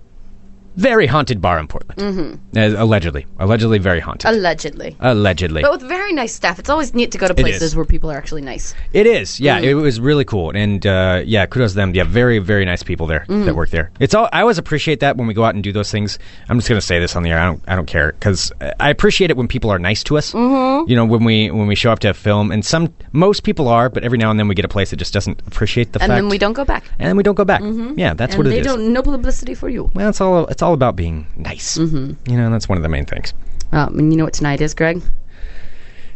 [SPEAKER 6] very haunted bar in Portland. Mm-hmm. allegedly, allegedly very haunted.
[SPEAKER 5] Allegedly.
[SPEAKER 6] allegedly,
[SPEAKER 5] But with very nice staff. It's always neat to go to places
[SPEAKER 6] is.
[SPEAKER 5] where people are actually nice.
[SPEAKER 6] it is.
[SPEAKER 5] Mm.
[SPEAKER 6] Yeah, it was really cool, and uh, yeah, kudos to them. Yeah, very very nice people there
[SPEAKER 5] Mm.
[SPEAKER 6] that work there. It's all. I always appreciate that when we go out and do those things. I'm just gonna say this on the air. I don't. I don't care because I appreciate it when people are nice to us. Mm-hmm. You know, when we when we show up to a film, and some most people are, but every now and then we get a place that just doesn't appreciate the
[SPEAKER 5] And
[SPEAKER 6] fact,
[SPEAKER 5] then we don't go back.
[SPEAKER 6] and we don't go back. Yeah, that's
[SPEAKER 5] And
[SPEAKER 6] what it is.
[SPEAKER 5] they don't no publicity for you.
[SPEAKER 6] Well, it's all it's all about being nice. Mm-hmm. You know, that's one of the main things.
[SPEAKER 5] Um, and you know what tonight is, Greg?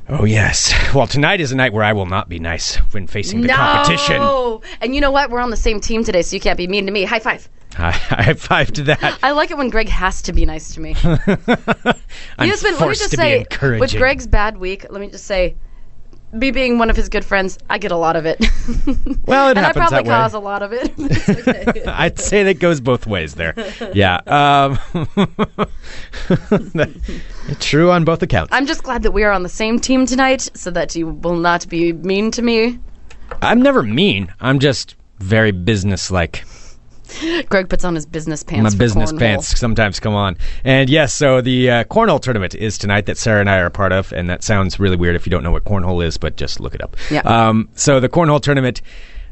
[SPEAKER 6] Oh yes. Well, tonight is a night where I will not be nice when facing the competition.
[SPEAKER 5] No. And you know what? We're on the same team today, so you can't be mean to me. High five.
[SPEAKER 6] I, I high five to that.
[SPEAKER 5] I like it when Greg has to be nice to me. he
[SPEAKER 6] I'm
[SPEAKER 5] has been. Let me
[SPEAKER 6] forced
[SPEAKER 5] just
[SPEAKER 6] to be
[SPEAKER 5] say,
[SPEAKER 6] encouraging.
[SPEAKER 5] with Greg's bad week, let me just say, me being one of his good friends, I get a lot of it.
[SPEAKER 6] Well, it
[SPEAKER 5] and I
[SPEAKER 6] happens
[SPEAKER 5] probably
[SPEAKER 6] that way.
[SPEAKER 5] cause a lot of it. It's okay.
[SPEAKER 6] I'd say that goes both ways there. Yeah. Um, true on both accounts.
[SPEAKER 5] I'm just glad that we are on the same team tonight, so that you will not be mean to me.
[SPEAKER 6] I'm never mean. I'm just very businesslike.
[SPEAKER 5] Greg puts on his business
[SPEAKER 6] My
[SPEAKER 5] pants. for
[SPEAKER 6] business
[SPEAKER 5] cornhole.
[SPEAKER 6] pants sometimes come on. And yes, so the uh, cornhole tournament is tonight that Sarah and I are a part of, and that sounds really weird if you don't know what cornhole is, but just look it up.
[SPEAKER 5] Yeah.
[SPEAKER 6] Um, so the cornhole tournament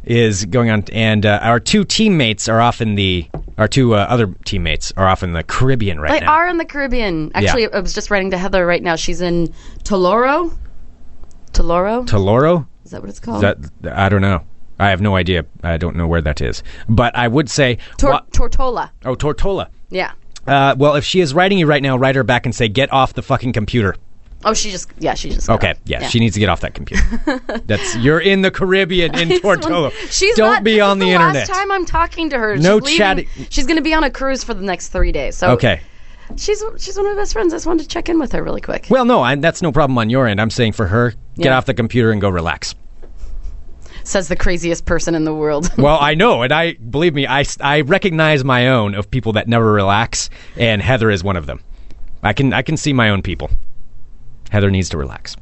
[SPEAKER 6] is going on, and uh, our two teammates are off in the our two uh, other teammates are off in the Caribbean right
[SPEAKER 5] They
[SPEAKER 6] now.
[SPEAKER 5] are in the Caribbean. Actually,
[SPEAKER 6] Yeah.
[SPEAKER 5] I was just writing to Heather right now. She's in Toloro. Toloro?
[SPEAKER 6] Telluro?
[SPEAKER 5] is that what it's called?
[SPEAKER 6] That I don't know. I have no idea. I don't know where that is. But I would say
[SPEAKER 5] Tor-
[SPEAKER 6] Wha-
[SPEAKER 5] Tortola.
[SPEAKER 6] oh Tortola.
[SPEAKER 5] Yeah.
[SPEAKER 6] Uh, well, if she is writing you right now, write her back and say, "Get off the fucking computer."
[SPEAKER 5] Oh, she just. Yeah, she just. got
[SPEAKER 6] Okay,
[SPEAKER 5] off.
[SPEAKER 6] yeah, she needs to get off that computer. That's you're in the Caribbean in
[SPEAKER 5] This one-
[SPEAKER 6] Tortola.
[SPEAKER 5] She's
[SPEAKER 6] don't
[SPEAKER 5] not-
[SPEAKER 6] be
[SPEAKER 5] this
[SPEAKER 6] on
[SPEAKER 5] is
[SPEAKER 6] the,
[SPEAKER 5] the
[SPEAKER 6] internet.
[SPEAKER 5] Last time I'm talking to her,
[SPEAKER 6] No
[SPEAKER 5] she's leaving-
[SPEAKER 6] chatting.
[SPEAKER 5] She's going to be on a cruise for the next three days. So
[SPEAKER 6] Okay.
[SPEAKER 5] she's she's one of my best friends. I just wanted to check in with her really quick.
[SPEAKER 6] Well, no, I, that's no problem on your end. I'm saying for her, get
[SPEAKER 5] Yeah.
[SPEAKER 6] off the computer and go relax.
[SPEAKER 5] Says the craziest person in the world.
[SPEAKER 6] Well, I know, and I believe me, I, s- I recognize my own of people that never relax, and Heather is one of them. I can I can see my own people. Heather needs to relax.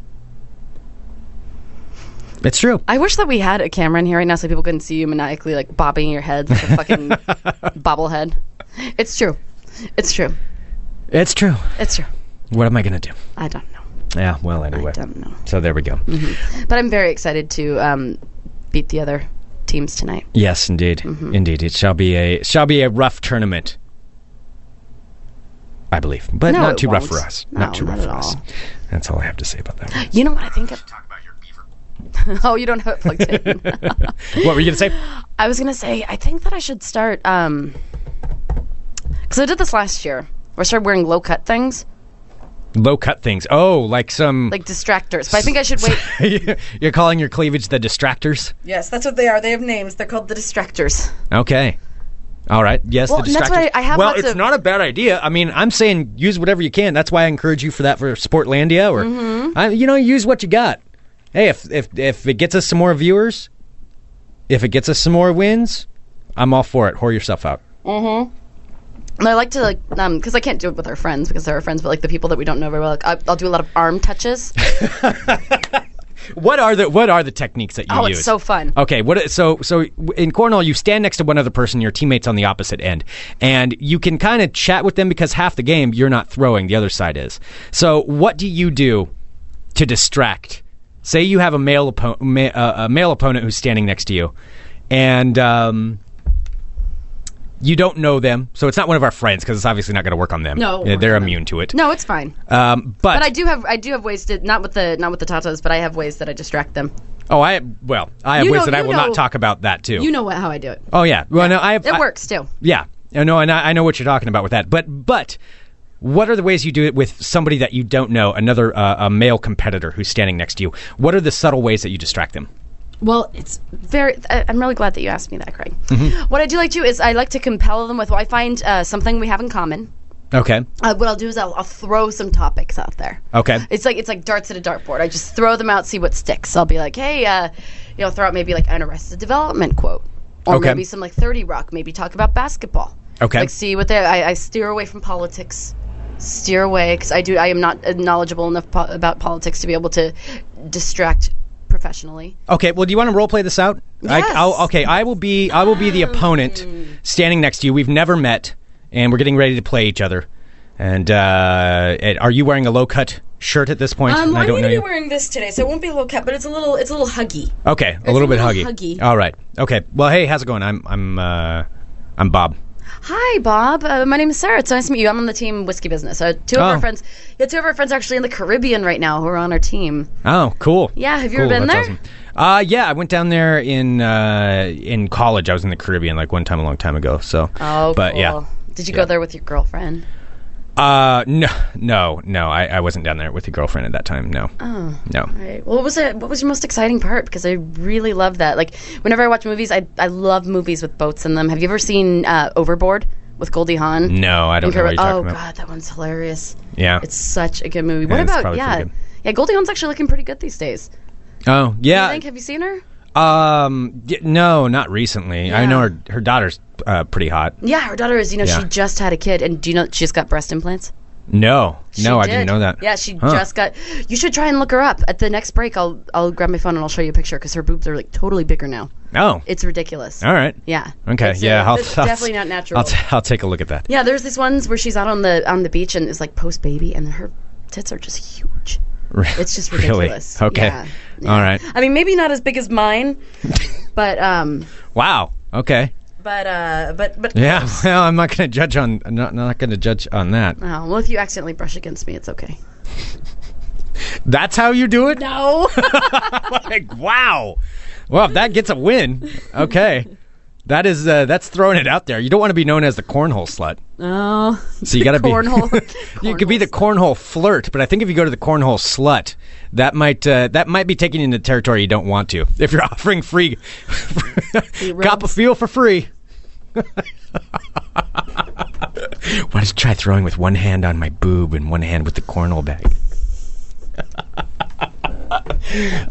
[SPEAKER 6] It's true.
[SPEAKER 5] I wish that we had a camera in here right now so people couldn't see you maniacally like bobbing your head like a fucking bobblehead. It's true. It's true.
[SPEAKER 6] It's true.
[SPEAKER 5] It's true.
[SPEAKER 6] What am I gonna do?
[SPEAKER 5] I don't know.
[SPEAKER 6] Yeah. Well, anyway.
[SPEAKER 5] Don't know.
[SPEAKER 6] So there we go.
[SPEAKER 5] Mm-hmm. But I'm very excited to um, beat the other teams tonight.
[SPEAKER 6] Yes, indeed,
[SPEAKER 5] Mm-hmm.
[SPEAKER 6] indeed. It shall be a shall be a rough tournament. I believe, but
[SPEAKER 5] No,
[SPEAKER 6] not
[SPEAKER 5] it
[SPEAKER 6] too rough
[SPEAKER 5] won't.
[SPEAKER 6] for us.
[SPEAKER 5] No,
[SPEAKER 6] not too
[SPEAKER 5] not
[SPEAKER 6] rough
[SPEAKER 5] at
[SPEAKER 6] for us.
[SPEAKER 5] all.
[SPEAKER 6] That's all I have to say about that.
[SPEAKER 5] You know what I think? Of- oh, you don't have it plugged in.
[SPEAKER 6] what were you gonna say?
[SPEAKER 5] I was gonna say I think that I should start um, because I did this last year. Where I started wearing low cut things
[SPEAKER 6] Low cut things. Oh, like some.
[SPEAKER 5] like distractors. But I think I should wait.
[SPEAKER 6] You're calling your cleavage the distractors.
[SPEAKER 5] yes, that's what they are. They have names. They're called the distractors.
[SPEAKER 6] Okay. All right. Yes,
[SPEAKER 5] Well,
[SPEAKER 6] the
[SPEAKER 5] and
[SPEAKER 6] distractors.
[SPEAKER 5] that's why I have
[SPEAKER 6] well,
[SPEAKER 5] lots
[SPEAKER 6] it's
[SPEAKER 5] of-
[SPEAKER 6] not a bad idea. I mean, I'm saying use whatever you can. That's why I encourage you for that for Sportlandia or
[SPEAKER 5] Mm-hmm.
[SPEAKER 6] I, you know, use what you got. Hey, if if if it gets us some more viewers, if it gets us some more wins, I'm all for it. Whore yourself out.
[SPEAKER 5] And I like to like um because I can't do it with our friends because they're our friends, but like the people that we don't know very well, like I, I'll do a lot of arm touches.
[SPEAKER 6] What are the what are the techniques that you
[SPEAKER 5] oh,
[SPEAKER 6] use?
[SPEAKER 5] it's so fun.
[SPEAKER 6] Okay, what so so in Cornell you stand next to one other person, your teammates on the opposite end, and you can kind of chat with them because half the game you're not throwing, the other side is. So what do you do to distract? Say you have a male oppo- ma- uh, a male opponent who's standing next to you, and um, you don't know them, so it's not one of our friends because it's obviously not going to work on them.
[SPEAKER 5] No, it
[SPEAKER 6] Yeah,
[SPEAKER 5] won't
[SPEAKER 6] they're
[SPEAKER 5] on them.
[SPEAKER 6] immune to it.
[SPEAKER 5] No, it's fine.
[SPEAKER 6] um, but,
[SPEAKER 5] But I do have I do have ways to not with the not with the tatas, but I have ways that I distract them.
[SPEAKER 6] oh, I well, I have
[SPEAKER 5] You
[SPEAKER 6] ways
[SPEAKER 5] know-
[SPEAKER 6] that I
[SPEAKER 5] you
[SPEAKER 6] will not
[SPEAKER 5] know-
[SPEAKER 6] talk about that too.
[SPEAKER 5] You know what, how I do it.
[SPEAKER 6] oh yeah, well, no, I have,
[SPEAKER 5] It
[SPEAKER 6] I-
[SPEAKER 5] works too.
[SPEAKER 6] Yeah, I know, and I, I know what you're talking about with that. But but what are the ways you do it with somebody that you don't know, another uh, a male competitor who's standing next to you? What are the subtle ways that you distract them?
[SPEAKER 5] Well, it's very. I- I'm really glad that you asked me that, Craig.
[SPEAKER 6] Mm-hmm.
[SPEAKER 5] What I do like to is I like to compel them with. Well, I find uh, something we have in common.
[SPEAKER 6] Okay,
[SPEAKER 5] Uh, what I'll do is I'll, I'll throw some topics out there.
[SPEAKER 6] okay,
[SPEAKER 5] It's like it's like darts at a dartboard. I just throw them out, see what sticks. I'll be like, hey, uh, you know, throw out maybe like an Arrested Development quote, or
[SPEAKER 6] Okay.
[SPEAKER 5] maybe some like Thirty Rock. Maybe talk about basketball.
[SPEAKER 6] Okay.
[SPEAKER 5] Like see what they. I, I steer away from politics. Steer away because I do. I am not uh, knowledgeable enough po- about politics to be able to distract professionally.
[SPEAKER 6] okay. Well, do you want to role play this out?
[SPEAKER 5] Yes. Um.
[SPEAKER 6] I, will okay, I will be I will be the opponent standing next to you. We've never met, and we're getting ready to play each other. And uh, and are you wearing a low cut shirt at this point?
[SPEAKER 5] Um,
[SPEAKER 6] I
[SPEAKER 5] I'm
[SPEAKER 6] don't
[SPEAKER 5] going
[SPEAKER 6] know
[SPEAKER 5] to be
[SPEAKER 6] you.
[SPEAKER 5] wearing this today, so it won't be a low cut, but it's a little, it's a little huggy.
[SPEAKER 6] Okay, a little
[SPEAKER 5] a
[SPEAKER 6] bit
[SPEAKER 5] little
[SPEAKER 6] huggy.
[SPEAKER 5] huggy.
[SPEAKER 6] All right. Okay. Well, hey, how's it going? I'm I'm uh, I'm Bob.
[SPEAKER 5] Hi, Bob. Uh, my name is Sarah. It's nice to meet you. I'm on the team Whiskey Business. Uh, two of
[SPEAKER 6] Oh.
[SPEAKER 5] our friends, yeah, two of our friends are actually in the Caribbean right now who are on our team.
[SPEAKER 6] Oh, cool.
[SPEAKER 5] Yeah, have you
[SPEAKER 6] Cool,
[SPEAKER 5] ever been
[SPEAKER 6] that's
[SPEAKER 5] there?
[SPEAKER 6] Awesome. Uh, yeah, I went down there in uh, in college. I was in the Caribbean like one time a long time ago. So,
[SPEAKER 5] Oh,
[SPEAKER 6] but
[SPEAKER 5] cool.
[SPEAKER 6] yeah,
[SPEAKER 5] Did you
[SPEAKER 6] Yeah.
[SPEAKER 5] go there with your girlfriend?
[SPEAKER 6] uh, no, no, no, I, I wasn't down there with a girlfriend at that time. No, oh, no.
[SPEAKER 5] Right. Well, what was it? What was your most exciting part? Because I really love that. Like, whenever I watch movies, I I love movies with boats in them. Have you ever seen uh, Overboard with Goldie Hawn?
[SPEAKER 6] No, I don't know what you're talking
[SPEAKER 5] oh
[SPEAKER 6] about.
[SPEAKER 5] God, that one's hilarious.
[SPEAKER 6] Yeah,
[SPEAKER 5] oh, It's such a good movie. What
[SPEAKER 6] it's
[SPEAKER 5] about
[SPEAKER 6] probably
[SPEAKER 5] yeah,
[SPEAKER 6] pretty good.
[SPEAKER 5] yeah? Goldie Hawn's actually looking pretty good these days.
[SPEAKER 6] Oh
[SPEAKER 5] I think
[SPEAKER 6] yeah.
[SPEAKER 5] have you seen her?
[SPEAKER 6] Um. y- No, not recently. I
[SPEAKER 5] Yeah.
[SPEAKER 6] know her. Her daughter's uh, pretty hot.
[SPEAKER 5] Yeah, her daughter is. You know,
[SPEAKER 6] Yeah.
[SPEAKER 5] she just had a kid, and do you know she just got breast implants?
[SPEAKER 6] No.
[SPEAKER 5] She
[SPEAKER 6] no, I
[SPEAKER 5] did.
[SPEAKER 6] didn't know that.
[SPEAKER 5] Yeah, she
[SPEAKER 6] Huh.
[SPEAKER 5] just got. You should try and look her up. At the next break, I'll I'll grab my phone and I'll show you a picture because her boobs are like totally bigger now.
[SPEAKER 6] Oh.
[SPEAKER 5] It's ridiculous.
[SPEAKER 6] All right.
[SPEAKER 5] Yeah.
[SPEAKER 6] Okay.
[SPEAKER 5] It's,
[SPEAKER 6] yeah.
[SPEAKER 5] uh,
[SPEAKER 6] I'll,
[SPEAKER 5] it's
[SPEAKER 6] I'll-
[SPEAKER 5] definitely not natural.
[SPEAKER 6] I'll, t- I'll take a look at that.
[SPEAKER 5] yeah, there's these ones where she's out on the on the beach and it's like post baby, and her tits are just huge. It's just ridiculous.
[SPEAKER 6] Really? Okay.
[SPEAKER 5] Yeah. Yeah.
[SPEAKER 6] All right.
[SPEAKER 5] I mean, maybe not as big as mine, but um,
[SPEAKER 6] Wow. Okay.
[SPEAKER 5] but uh, but but
[SPEAKER 6] Yeah. Well, I'm not going to judge on. I'm not, not going to judge on that.
[SPEAKER 5] Oh, well, if you accidentally brush against me, it's okay.
[SPEAKER 6] That's how you do it.
[SPEAKER 5] No.
[SPEAKER 6] Like, wow. Well, if that gets a win, okay. That is uh, that's throwing it out there. You don't want to be known as the cornhole slut.
[SPEAKER 5] oh.
[SPEAKER 6] So you got to be
[SPEAKER 5] Cornhole.
[SPEAKER 6] you could be the cornhole flirt, but I think if you go to the cornhole slut, that might uh, that might be taking you into territory you don't want to. If you're offering free cop a
[SPEAKER 5] rubs.
[SPEAKER 6] feel for free. Why don't you try throwing with one hand on my boob and one hand with the cornhole bag?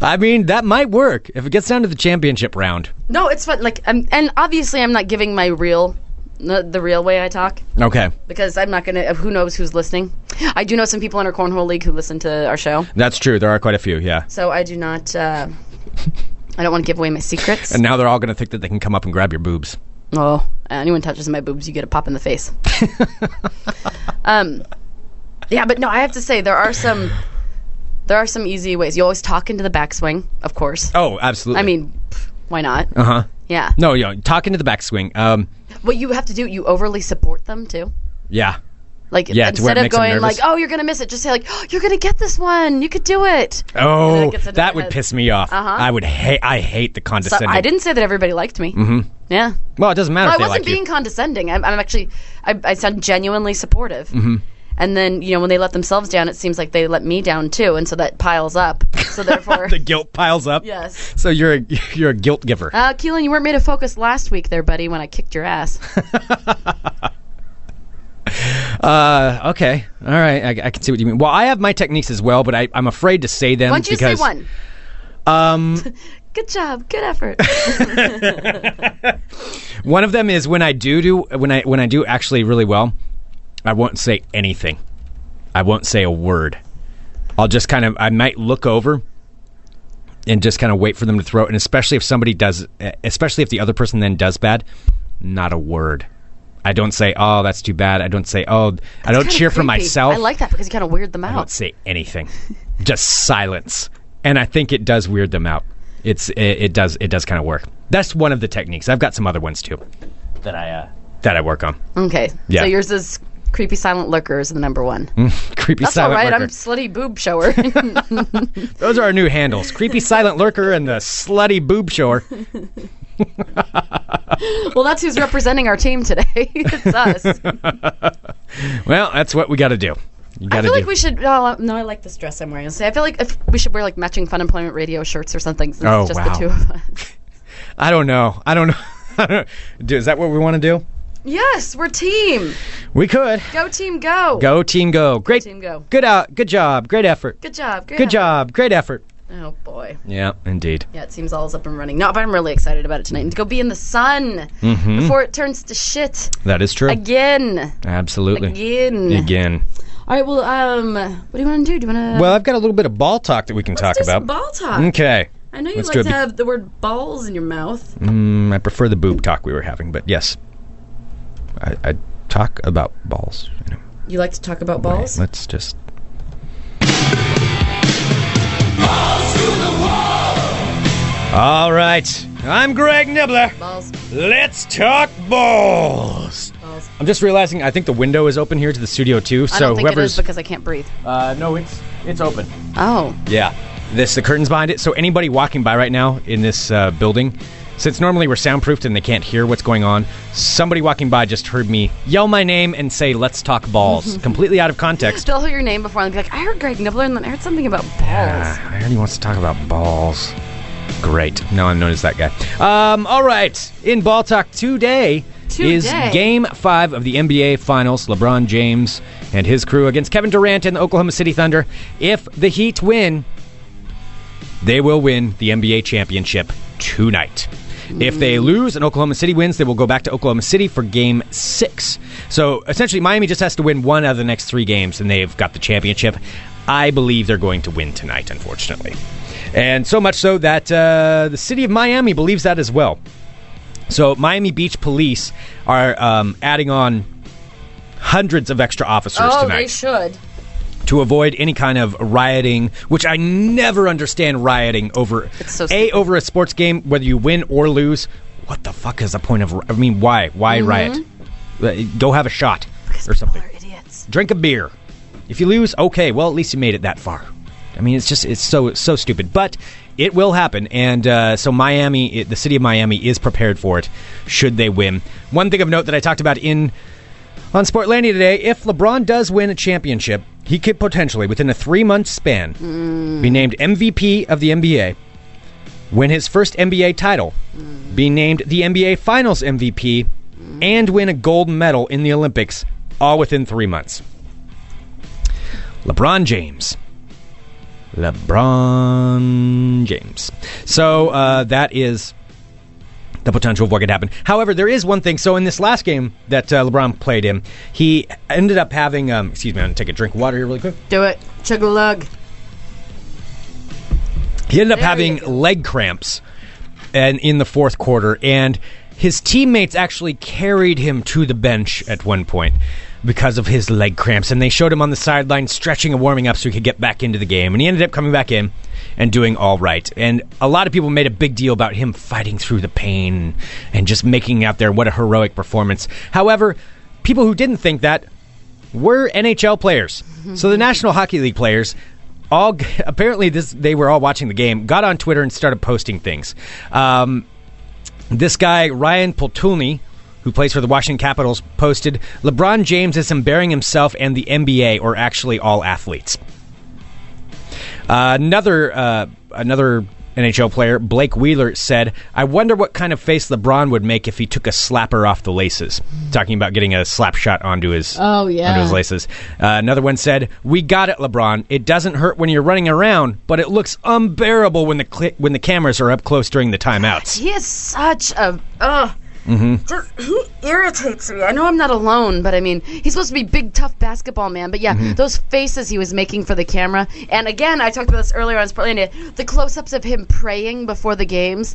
[SPEAKER 6] I mean, that might work if it gets down to the championship round.
[SPEAKER 5] No, it's fun. Like, um, and obviously, I'm not giving my real, the, the real way I talk
[SPEAKER 6] Okay,
[SPEAKER 5] because I'm not gonna. Who knows who's listening? I do know some people in our cornhole league who listen to our show,
[SPEAKER 6] that's true. There are quite a few, yeah.
[SPEAKER 5] so I do not. Uh, I don't want to give away my secrets.
[SPEAKER 6] And now they're all going to think that they can come up and grab your boobs.
[SPEAKER 5] Oh, anyone touches my boobs, you get a pop in the face. um, yeah, but no, I have to say there are some, there are some easy ways. You always talk into the backswing, of course.
[SPEAKER 6] Oh, absolutely.
[SPEAKER 5] I mean, pff, why not?
[SPEAKER 6] uh huh.
[SPEAKER 5] Yeah.
[SPEAKER 6] No, yeah, talking to the backswing. Um,
[SPEAKER 5] What you have to do, you overly support them too.
[SPEAKER 6] yeah,
[SPEAKER 5] Like
[SPEAKER 6] Yeah, to where
[SPEAKER 5] instead
[SPEAKER 6] it
[SPEAKER 5] of
[SPEAKER 6] makes them
[SPEAKER 5] going like,
[SPEAKER 6] nervous.
[SPEAKER 5] "Oh, you're gonna miss it," just say like, oh, "You're gonna get this one. You could do it." then
[SPEAKER 6] Oh,
[SPEAKER 5] it gets into
[SPEAKER 6] that
[SPEAKER 5] their
[SPEAKER 6] would
[SPEAKER 5] head.
[SPEAKER 6] piss me off.
[SPEAKER 5] Uh-huh.
[SPEAKER 6] I would hate. I hate the
[SPEAKER 5] So
[SPEAKER 6] condescending.
[SPEAKER 5] I didn't say that everybody liked me. Mm-hmm. Yeah.
[SPEAKER 6] Well, it doesn't matter
[SPEAKER 5] I
[SPEAKER 6] if they
[SPEAKER 5] wasn't
[SPEAKER 6] like
[SPEAKER 5] being
[SPEAKER 6] you.
[SPEAKER 5] condescending. I'm, I'm actually, I, I sound genuinely supportive.
[SPEAKER 6] Mm-hmm.
[SPEAKER 5] And then you know when they let themselves down, it seems like they let me down too, and so that piles up. So therefore,
[SPEAKER 6] The guilt piles up.
[SPEAKER 5] yes.
[SPEAKER 6] So you're a, you're a guilt giver.
[SPEAKER 5] Uh, Keelan, you weren't made a focus last week, there, buddy. When I kicked your ass,
[SPEAKER 6] Uh, okay. All right. I, I can see what you mean. Well, I have my techniques as well, but I, I'm afraid to say them
[SPEAKER 5] why don't you
[SPEAKER 6] because
[SPEAKER 5] say one?
[SPEAKER 6] um,
[SPEAKER 5] Good job, good effort.
[SPEAKER 6] one of them is when I do do when I when I do actually really well, I won't say anything. I won't say a word. I'll just kind of I might look over and just kind of wait for them to throw it. And especially if somebody does, especially if the other person then does bad, not a word. I don't say, "Oh, that's too bad." I don't say, "Oh," I don't
[SPEAKER 5] Kinda
[SPEAKER 6] cheer for
[SPEAKER 5] creepy.
[SPEAKER 6] myself.
[SPEAKER 5] I like that because you kind of weird them
[SPEAKER 6] I don't
[SPEAKER 5] out.
[SPEAKER 6] say anything. Just silence. And I think it does weird them out. It's it, it does it does kind of work. That's one of the techniques. I've got some other ones too that I uh, that I work on.
[SPEAKER 5] Okay,
[SPEAKER 6] Yeah.
[SPEAKER 5] so yours is creepy silent lurker is the number one.
[SPEAKER 6] Creepy
[SPEAKER 5] That's all
[SPEAKER 6] silent
[SPEAKER 5] right.
[SPEAKER 6] lurker.
[SPEAKER 5] I'm slutty boob shower.
[SPEAKER 6] Those are our new handles. Creepy silent lurker and the slutty boob shower.
[SPEAKER 5] well, that's who's representing our team today. it's us.
[SPEAKER 6] Well, that's what we got to do. You
[SPEAKER 5] I
[SPEAKER 6] got to
[SPEAKER 5] feel
[SPEAKER 6] do.
[SPEAKER 5] like we should. Oh no, I like this dress I'm wearing. So I feel like if we should wear like matching Fun Employment Radio shirts or something. Since
[SPEAKER 6] Oh,
[SPEAKER 5] it's just
[SPEAKER 6] wow.
[SPEAKER 5] the two of us.
[SPEAKER 6] I don't know. I don't know. I don't do is that what we want to do?
[SPEAKER 5] Yes, we're team.
[SPEAKER 6] We could.
[SPEAKER 5] Go team, go.
[SPEAKER 6] Go team go. Great.
[SPEAKER 5] team, go.
[SPEAKER 6] Good out. Good job. Great effort.
[SPEAKER 5] Good job. Good,
[SPEAKER 6] Good job. Great effort.
[SPEAKER 5] Oh boy.
[SPEAKER 6] Yeah, indeed.
[SPEAKER 5] Yeah, it seems all's up and running. No, but I'm really excited about it tonight. And to go be in the sun
[SPEAKER 6] Mm-hmm.
[SPEAKER 5] before it turns to shit
[SPEAKER 6] That is true.
[SPEAKER 5] again.
[SPEAKER 6] Absolutely.
[SPEAKER 5] Again.
[SPEAKER 6] Again.
[SPEAKER 5] All right. Well, um, what do you want to do? Do you want to?
[SPEAKER 6] Well, I've got a little bit of ball talk that we can talk
[SPEAKER 5] do
[SPEAKER 6] about.
[SPEAKER 5] some ball talk.
[SPEAKER 6] okay.
[SPEAKER 5] I know you
[SPEAKER 6] let's
[SPEAKER 5] like
[SPEAKER 6] do
[SPEAKER 5] to
[SPEAKER 6] it be-
[SPEAKER 5] have the word balls in your mouth.
[SPEAKER 6] Mm, I prefer the boob talk we were having, but yes. I, I talk about balls. You know.
[SPEAKER 5] You like to talk about balls.
[SPEAKER 6] Let's just. All right. I'm Greg Nibbler.
[SPEAKER 5] Balls.
[SPEAKER 6] Let's talk balls.
[SPEAKER 5] Balls.
[SPEAKER 6] I'm just realizing I think the window is open here to the studio too. So
[SPEAKER 5] I don't think it
[SPEAKER 6] whoever's
[SPEAKER 5] is because I can't breathe.
[SPEAKER 6] uh, no, it's it's open.
[SPEAKER 5] Oh.
[SPEAKER 6] Yeah. This the curtains behind it. So anybody walking by right now in this uh, building, since normally we're soundproofed and they can't hear what's going on, somebody walking by just heard me yell my name and say "Let's talk balls," completely out of context.
[SPEAKER 5] Spell your name before and be like, I heard Greg Nibbler and then I heard something about balls.
[SPEAKER 6] Ah, I heard he wants to talk about balls. Great. Now I'm known as that guy. Um, all right. In Ball Talk today, is
[SPEAKER 5] Today.
[SPEAKER 6] Game 5 of the NBA Finals. LeBron James and his crew against Kevin Durant and the Oklahoma City Thunder. If the Heat win, They will win the NBA championship tonight. If they lose and Oklahoma City wins, they will go back to Oklahoma City for game six. So essentially, Miami just has to win one out of the next three games, and they've got the championship. I believe they're going to win tonight, unfortunately. And so much so that uh, the city of Miami believes that as well. So Miami Beach police are um, adding on hundreds of extra officers
[SPEAKER 5] Oh,
[SPEAKER 6] tonight
[SPEAKER 5] they should.
[SPEAKER 6] to avoid any kind of rioting, which I never understand rioting over
[SPEAKER 5] so
[SPEAKER 6] a
[SPEAKER 5] stupid.
[SPEAKER 6] over a sports game, whether you win or lose. What the fuck is the point of? ri- I mean, why? Why riot? Uh, Go have a shot or something.
[SPEAKER 5] Mm-hmm. People are idiots.
[SPEAKER 6] Drink a beer. If you lose, okay. Well, at least you made it that far. I mean, it's just it's so so stupid, but it will happen. And uh, so Miami, it, the city of Miami, is prepared for it should they win. One thing of note that I talked about in on Sportlandia today, if LeBron does win a championship, he could potentially, within a three month span, be named MVP of the NBA, win his first NBA title, be named the NBA Finals MVP, and win a gold medal in the Olympics, all within three months. LeBron James. LeBron James. So uh, that is the potential of what could happen. However, there is one thing. So in this last game that uh, LeBron played in, he ended up having. Um, excuse me, I'm gonna take a drink of water here really quick.
[SPEAKER 5] Do it. Chug a lug.
[SPEAKER 6] He ended up
[SPEAKER 5] There
[SPEAKER 6] having
[SPEAKER 5] you go.
[SPEAKER 6] leg cramps, and in the fourth quarter, and his teammates actually carried him to the bench at one point because of his leg cramps, and they showed him on the sideline stretching and warming up so he could get back into the game, and he ended up coming back in and doing all right. And a lot of people made a big deal about him fighting through the pain and just making out there what a heroic performance. However, people who didn't think that were NHL players. So the National Hockey League players all apparently this they were all watching the game, got on Twitter and started posting things. Um, this guy Ryan Poltulny, who plays for the Washington Capitals, posted LeBron James is embarrassing himself and the NBA, or actually all athletes. Uh, another uh, another NHL player, Blake Wheeler, said, "I wonder what kind of face LeBron would make if he took a slapper off the laces." Talking about getting a slap shot onto his
[SPEAKER 5] Oh, yeah.
[SPEAKER 6] onto his laces. Uh, another one said, "We got it, LeBron. It doesn't hurt when you're running around, but it looks unbearable when the cli when the cameras are up close during the timeouts."
[SPEAKER 5] He is such a. Ugh. Just, he irritates me. I know I'm not alone, but I mean, he's supposed to be big, tough basketball man. But yeah, those faces he was making for the camera. And again, I talked about this earlier on Sportlandia. The close-ups of him praying before the games,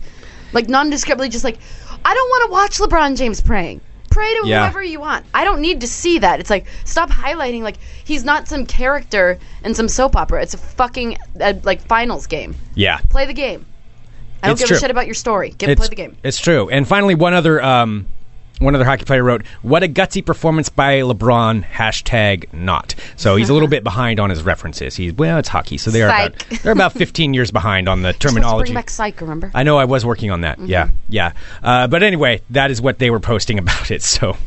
[SPEAKER 5] like nondescriptly, just like, I don't want to watch LeBron James praying. Pray to
[SPEAKER 6] Yeah.
[SPEAKER 5] whoever you want. I don't need to see that. It's like stop highlighting. Like he's not some character in some soap opera. It's a fucking uh, like finals game.
[SPEAKER 6] Yeah.
[SPEAKER 5] Play the game. I don't
[SPEAKER 6] It's
[SPEAKER 5] give
[SPEAKER 6] true.
[SPEAKER 5] a shit about your story. Get
[SPEAKER 6] it's,
[SPEAKER 5] play the game.
[SPEAKER 6] It's true. And finally, one other um, one other hockey player wrote, "What a gutsy performance by LeBron." Hashtag not. So he's a little bit behind on his references. He's well, it's hockey, so they are about,
[SPEAKER 5] Psych.
[SPEAKER 6] they're about 15 years behind on the
[SPEAKER 5] Supposed to
[SPEAKER 6] terminology.
[SPEAKER 5] bring back psych, remember?
[SPEAKER 6] I know I was working on that. Yeah, yeah. Uh, but anyway, that is what they were posting about it. So,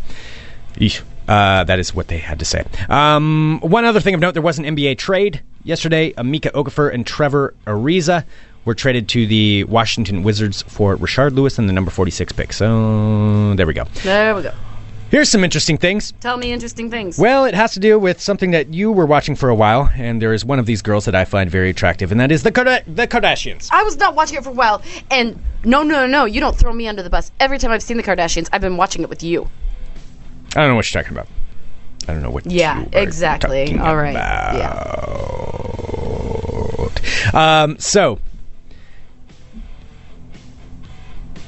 [SPEAKER 6] Eesh. Uh, that is what they had to say. Um, one other thing of note: there was an NBA trade yesterday. Amika Okafor and Trevor Ariza were traded to the Washington Wizards for Richard Lewis and the number forty-six pick. So there we go.
[SPEAKER 5] there we go.
[SPEAKER 6] Here's some interesting things.
[SPEAKER 5] Tell me interesting things.
[SPEAKER 6] Well, it has to do with something that you were watching for a while, and there is one of these girls that I find very attractive, and that is the Karda- the Kardashians.
[SPEAKER 5] I was not watching it for a while, and no, no, no, you don't throw me under the bus. Every time I've seen the Kardashians, I've been watching it with you.
[SPEAKER 6] I don't know what you're talking about. I don't know what.
[SPEAKER 5] Yeah,
[SPEAKER 6] you are
[SPEAKER 5] exactly.
[SPEAKER 6] talking
[SPEAKER 5] All right.
[SPEAKER 6] about.
[SPEAKER 5] Yeah.
[SPEAKER 6] Um, so,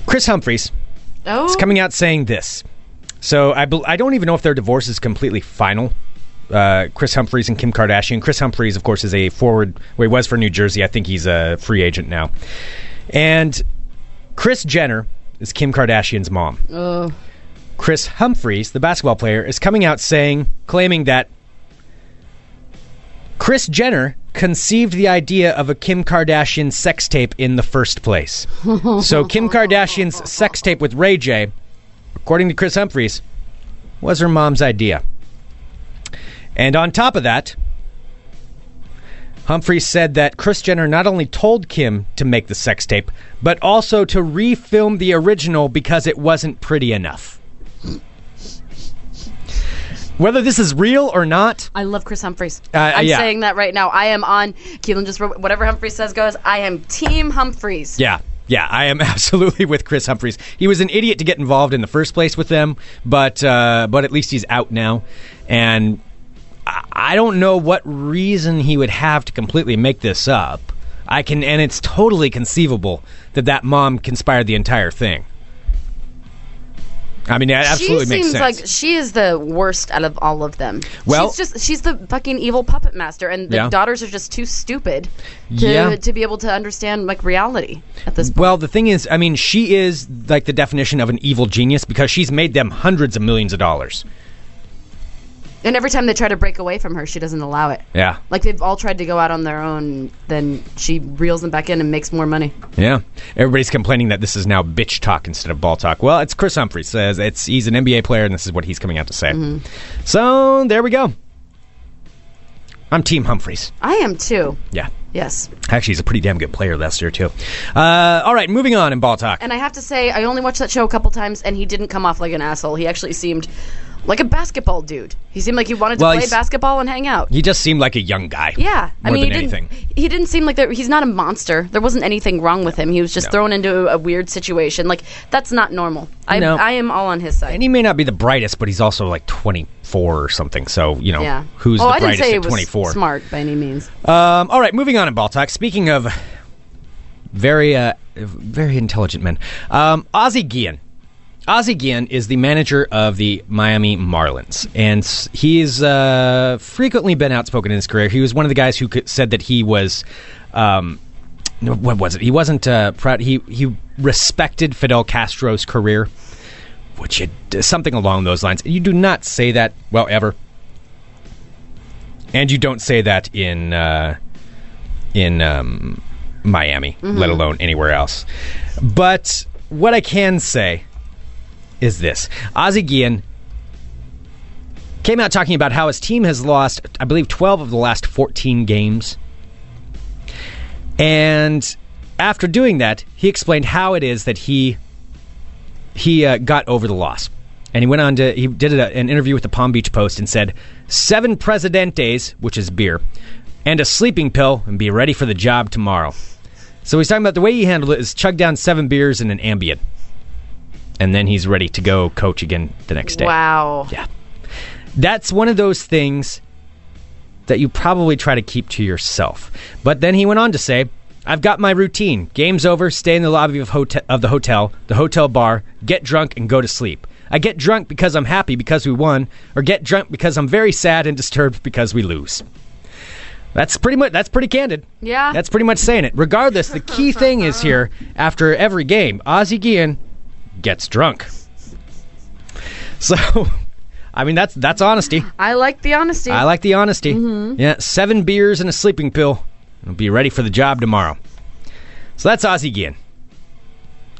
[SPEAKER 6] Chris Humphreys
[SPEAKER 5] Oh,
[SPEAKER 6] is coming out saying this. So I bel I don't even know if their divorce is completely final. Uh, Chris Humphreys and Kim Kardashian. Chris Humphreys, of course, is a forward. Well, he was for New Jersey. I think he's a free agent now. And Chris Jenner is Kim Kardashian's mom. Chris Humphreys, the basketball player, is coming out saying, claiming that Chris Jenner conceived the idea of a Kim Kardashian sex tape in the first place. so Kim Kardashian's sex tape with Ray J, according to Chris Humphreys, was her mom's idea. And on top of that, Humphreys said that Chris Jenner not only told Kim to make the sex tape, but also to refilm the original because it wasn't pretty enough. Whether this is real or not,
[SPEAKER 5] I love Chris Humphreys.
[SPEAKER 6] Uh,
[SPEAKER 5] I'm
[SPEAKER 6] yeah.
[SPEAKER 5] saying that right now. I am on Keelan. Just wrote- whatever Humphreys says goes. I am Team Humphreys.
[SPEAKER 6] yeah. Yeah, I am absolutely with Chris Humphreys. He was an idiot to get involved in the first place with them, but uh, but at least he's out now, and I- I don't know what reason he would have to completely make this up. I can, and it's totally conceivable that that mom conspired the entire thing. I mean, it absolutely
[SPEAKER 5] she
[SPEAKER 6] makes
[SPEAKER 5] seems
[SPEAKER 6] sense.
[SPEAKER 5] like she is the worst out of all of them.
[SPEAKER 6] Well-
[SPEAKER 5] she's just she's the fucking evil puppet master, and the
[SPEAKER 6] Yeah.
[SPEAKER 5] daughters are just too stupid to
[SPEAKER 6] Yeah.
[SPEAKER 5] to be able to understand like reality at this point.
[SPEAKER 6] Well, the thing is, I mean, she is like the definition of an evil genius because she's made them hundreds of millions of dollars.
[SPEAKER 5] And every time they try to break away from her, she doesn't allow it.
[SPEAKER 6] Yeah.
[SPEAKER 5] Like they've all tried to go out on their own, then she reels them back in and makes more money.
[SPEAKER 6] Yeah. Everybody's complaining that this is now bitch talk instead of ball talk. Well, it's Chris Humphries says it's he's an NBA player and this is what he's coming out to say.
[SPEAKER 5] Mm-hmm.
[SPEAKER 6] So, there we go. I'm team Humphries.
[SPEAKER 5] I am too.
[SPEAKER 6] Yeah.
[SPEAKER 5] Yes.
[SPEAKER 6] Actually, he's a pretty damn good player last year too. Uh, all right, moving on in ball talk.
[SPEAKER 5] And I have to say, I only watched that show a couple times, and he didn't come off like an asshole. He actually seemed like a basketball dude. He seemed like he wanted to
[SPEAKER 6] Well,
[SPEAKER 5] play
[SPEAKER 6] he's-
[SPEAKER 5] basketball and hang out.
[SPEAKER 6] He just seemed like a young guy.
[SPEAKER 5] Yeah, I
[SPEAKER 6] More
[SPEAKER 5] mean,
[SPEAKER 6] than
[SPEAKER 5] he didn't.
[SPEAKER 6] anything.
[SPEAKER 5] He didn't seem like there, he's not a monster. There wasn't anything wrong with him. He was just thrown into a weird situation. Like that's not normal. I
[SPEAKER 6] No.
[SPEAKER 5] I am all on his side.
[SPEAKER 6] And he may not be the brightest, but he's also like 24 or something. So, you know,
[SPEAKER 5] yeah.
[SPEAKER 6] who's
[SPEAKER 5] oh,
[SPEAKER 6] the
[SPEAKER 5] I didn't
[SPEAKER 6] brightest
[SPEAKER 5] say he
[SPEAKER 6] at
[SPEAKER 5] was
[SPEAKER 6] 24?
[SPEAKER 5] Smart by any means.
[SPEAKER 6] Um, all right, moving on in ball talk. Speaking of very, uh, very intelligent men, um, Ozzie Guillen. Ozzie Guillen is the manager of the Miami Marlins, and s- he's uh, frequently been outspoken in his career. He was one of the guys who could, said that he was. Um, no, what was it? He wasn't uh, proud. He he respected Fidel Castro's career, which it, something along those lines. You do not say that well ever and you don't say that in uh, in um, Miami, let alone anywhere else. But what I can say is this: Ozzie Guillen came out talking about how his team has lost, I believe, twelve of the last fourteen games, and after doing that, he explained how it is that he he uh, got over the loss. And he went on to, he did a, an interview with the Palm Beach Post and said, Seven Presidentes, which is beer, and a sleeping pill, and be ready for the job tomorrow. So he's talking about the way he handled it is chug down seven beers and an Ambien. And then he's ready to go coach again the next day.
[SPEAKER 5] Wow.
[SPEAKER 6] Yeah. That's one of those things that you probably try to keep to yourself. But then he went on to say, I've got my routine. Game's over, stay in the lobby of, hotel, of the hotel, the hotel bar, get drunk, and go to sleep. I get drunk because I'm happy because we won, or get drunk because I'm very sad and disturbed because we lose. That's pretty much that's pretty candid.
[SPEAKER 5] Yeah.
[SPEAKER 6] That's pretty much saying it. Regardless, the key thing is here after every game, Ozzie Guillen gets drunk. So I mean that's that's honesty.
[SPEAKER 5] I like the honesty.
[SPEAKER 6] I like the honesty. Yeah, seven beers and a sleeping pill. I'll be ready for the job tomorrow. So that's Ozzie Guillen.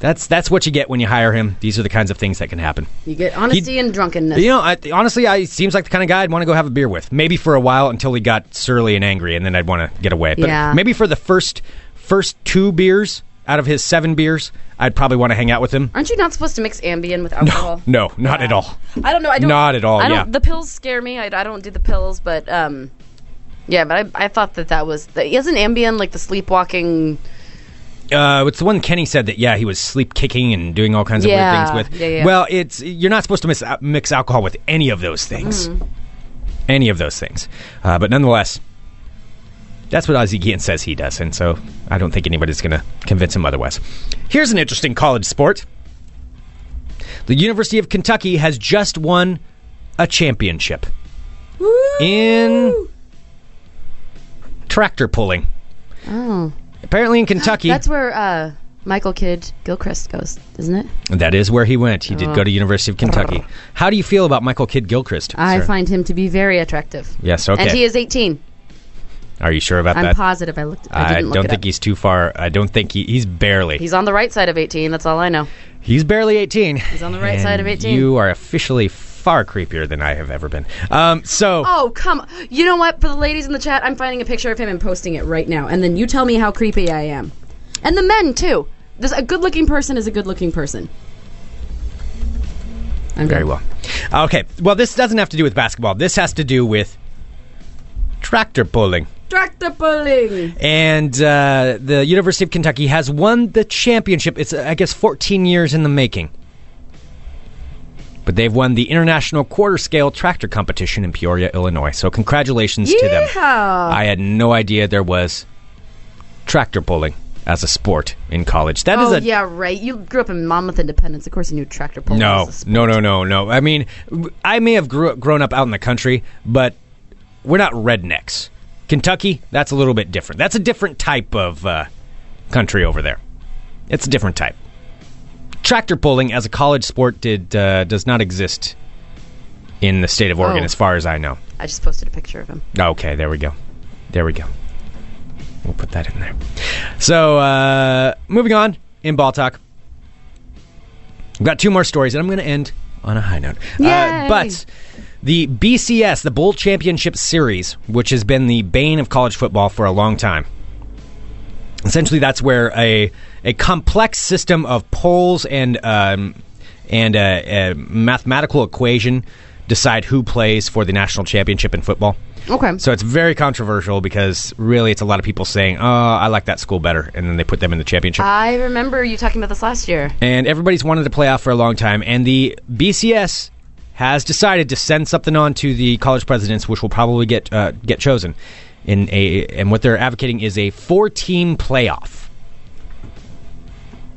[SPEAKER 6] That's that's what you get when you hire him. These are the kinds of things that can happen.
[SPEAKER 5] you get honesty and drunkenness.
[SPEAKER 6] You know, I, honestly, I seems like the kind of guy I'd want to go have a beer with. Maybe for a while until he got surly and angry, and then I'd want to get away. But
[SPEAKER 5] Yeah.
[SPEAKER 6] maybe for the first first two beers out of his seven beers, I'd probably want to hang out with him.
[SPEAKER 5] Aren't you not supposed to mix Ambien with alcohol?
[SPEAKER 6] No, not at all.
[SPEAKER 5] I don't know. I don't.
[SPEAKER 6] Not at all,
[SPEAKER 5] I don't,
[SPEAKER 6] yeah.
[SPEAKER 5] The pills scare me. I, I don't do the pills, but um, yeah. But I, I thought that that was that isn't Ambien like the sleepwalking.
[SPEAKER 6] Uh, it's the one Kenny said that yeah he was sleep kicking and doing all kinds
[SPEAKER 5] Yeah,
[SPEAKER 6] of weird things with.
[SPEAKER 5] yeah, yeah.
[SPEAKER 6] Well, it's you're not supposed to mix, mix alcohol with any of those things,
[SPEAKER 5] Mm-hmm.
[SPEAKER 6] any of those things. Uh, but nonetheless, that's what Ozzie Guillen says he does, and so I don't think anybody's going to convince him otherwise. Here's an interesting college sport. The University of Kentucky has just won a championship in tractor pulling.
[SPEAKER 5] Oh.
[SPEAKER 6] Apparently in Kentucky,
[SPEAKER 5] That's where uh, Michael Kidd Gilchrist goes, isn't it?
[SPEAKER 6] That is where he went. He
[SPEAKER 5] Oh.
[SPEAKER 6] did go to University of Kentucky. How do you feel about Michael Kidd Gilchrist?
[SPEAKER 5] I
[SPEAKER 6] sir?
[SPEAKER 5] find him to be very attractive.
[SPEAKER 6] Yes, okay.
[SPEAKER 5] And he is 18.
[SPEAKER 6] Are you sure about
[SPEAKER 5] I'm
[SPEAKER 6] that?
[SPEAKER 5] positive. I looked. I,
[SPEAKER 6] I,
[SPEAKER 5] didn't look
[SPEAKER 6] don't
[SPEAKER 5] it
[SPEAKER 6] think
[SPEAKER 5] up.
[SPEAKER 6] he's too far. I don't think he, he's barely. He's,
[SPEAKER 5] He's on the right side of 18. That's all I know.
[SPEAKER 6] barely 18. He's
[SPEAKER 5] on the right side of 18.
[SPEAKER 6] You are officially far creepier than I have ever been. Um, so
[SPEAKER 5] Oh come! You know what? For the ladies in the chat, I'm finding a picture of him and posting it right now. And then you tell me how creepy I am, and the men too. This a good-looking person is a good-looking person. I'm
[SPEAKER 6] very
[SPEAKER 5] done.
[SPEAKER 6] well. Okay. Well, this doesn't have to do with basketball. This has to do with tractor pulling.
[SPEAKER 5] Tractor pulling.
[SPEAKER 6] And uh, the University of Kentucky has won the championship. It's, uh, I guess, 14 years in the making. But they've won the International Quarter Scale Tractor Competition in Peoria, Illinois. So, congratulations to them.
[SPEAKER 5] Yeehaw.
[SPEAKER 6] I had no idea there was tractor pulling as a sport in college. That is
[SPEAKER 5] Oh
[SPEAKER 6] a
[SPEAKER 5] yeah, right. You grew up in Monmouth Independence, of course. You knew tractor pulling.
[SPEAKER 6] No,
[SPEAKER 5] was a sport.
[SPEAKER 6] no, no, no, no. I mean, w- I may have grew, grown up out in the country, but we're not rednecks. Kentucky, that's a little bit different. That's a different type of uh, country over there. It's a different type. Tractor pulling as a college sport did uh, does not exist in the state of Oregon,
[SPEAKER 5] Oh.
[SPEAKER 6] as far as I know.
[SPEAKER 5] I just posted a picture of him.
[SPEAKER 6] Okay, there we go. There we go. We'll put that in there. So, uh, moving on in ball talk. We've got two more stories, and I'm going to end on a high note. Uh,
[SPEAKER 5] Yay!
[SPEAKER 6] but the BCS, the Bowl Championship Series, which has been the bane of college football for a long time. Essentially, that's where a a complex system of polls and um, and a, a mathematical equation decide who plays for the national championship in football.
[SPEAKER 5] Okay.
[SPEAKER 6] So it's very controversial because really it's a lot of people saying, "Oh, I like that school better," and then they put them in the championship.
[SPEAKER 5] I remember you talking about this last year.
[SPEAKER 6] and everybody's wanted to play off for a long time, and the BCS has decided to send something on to the college presidents, which will probably get uh, get chosen. In a and what they're advocating is a four team playoff.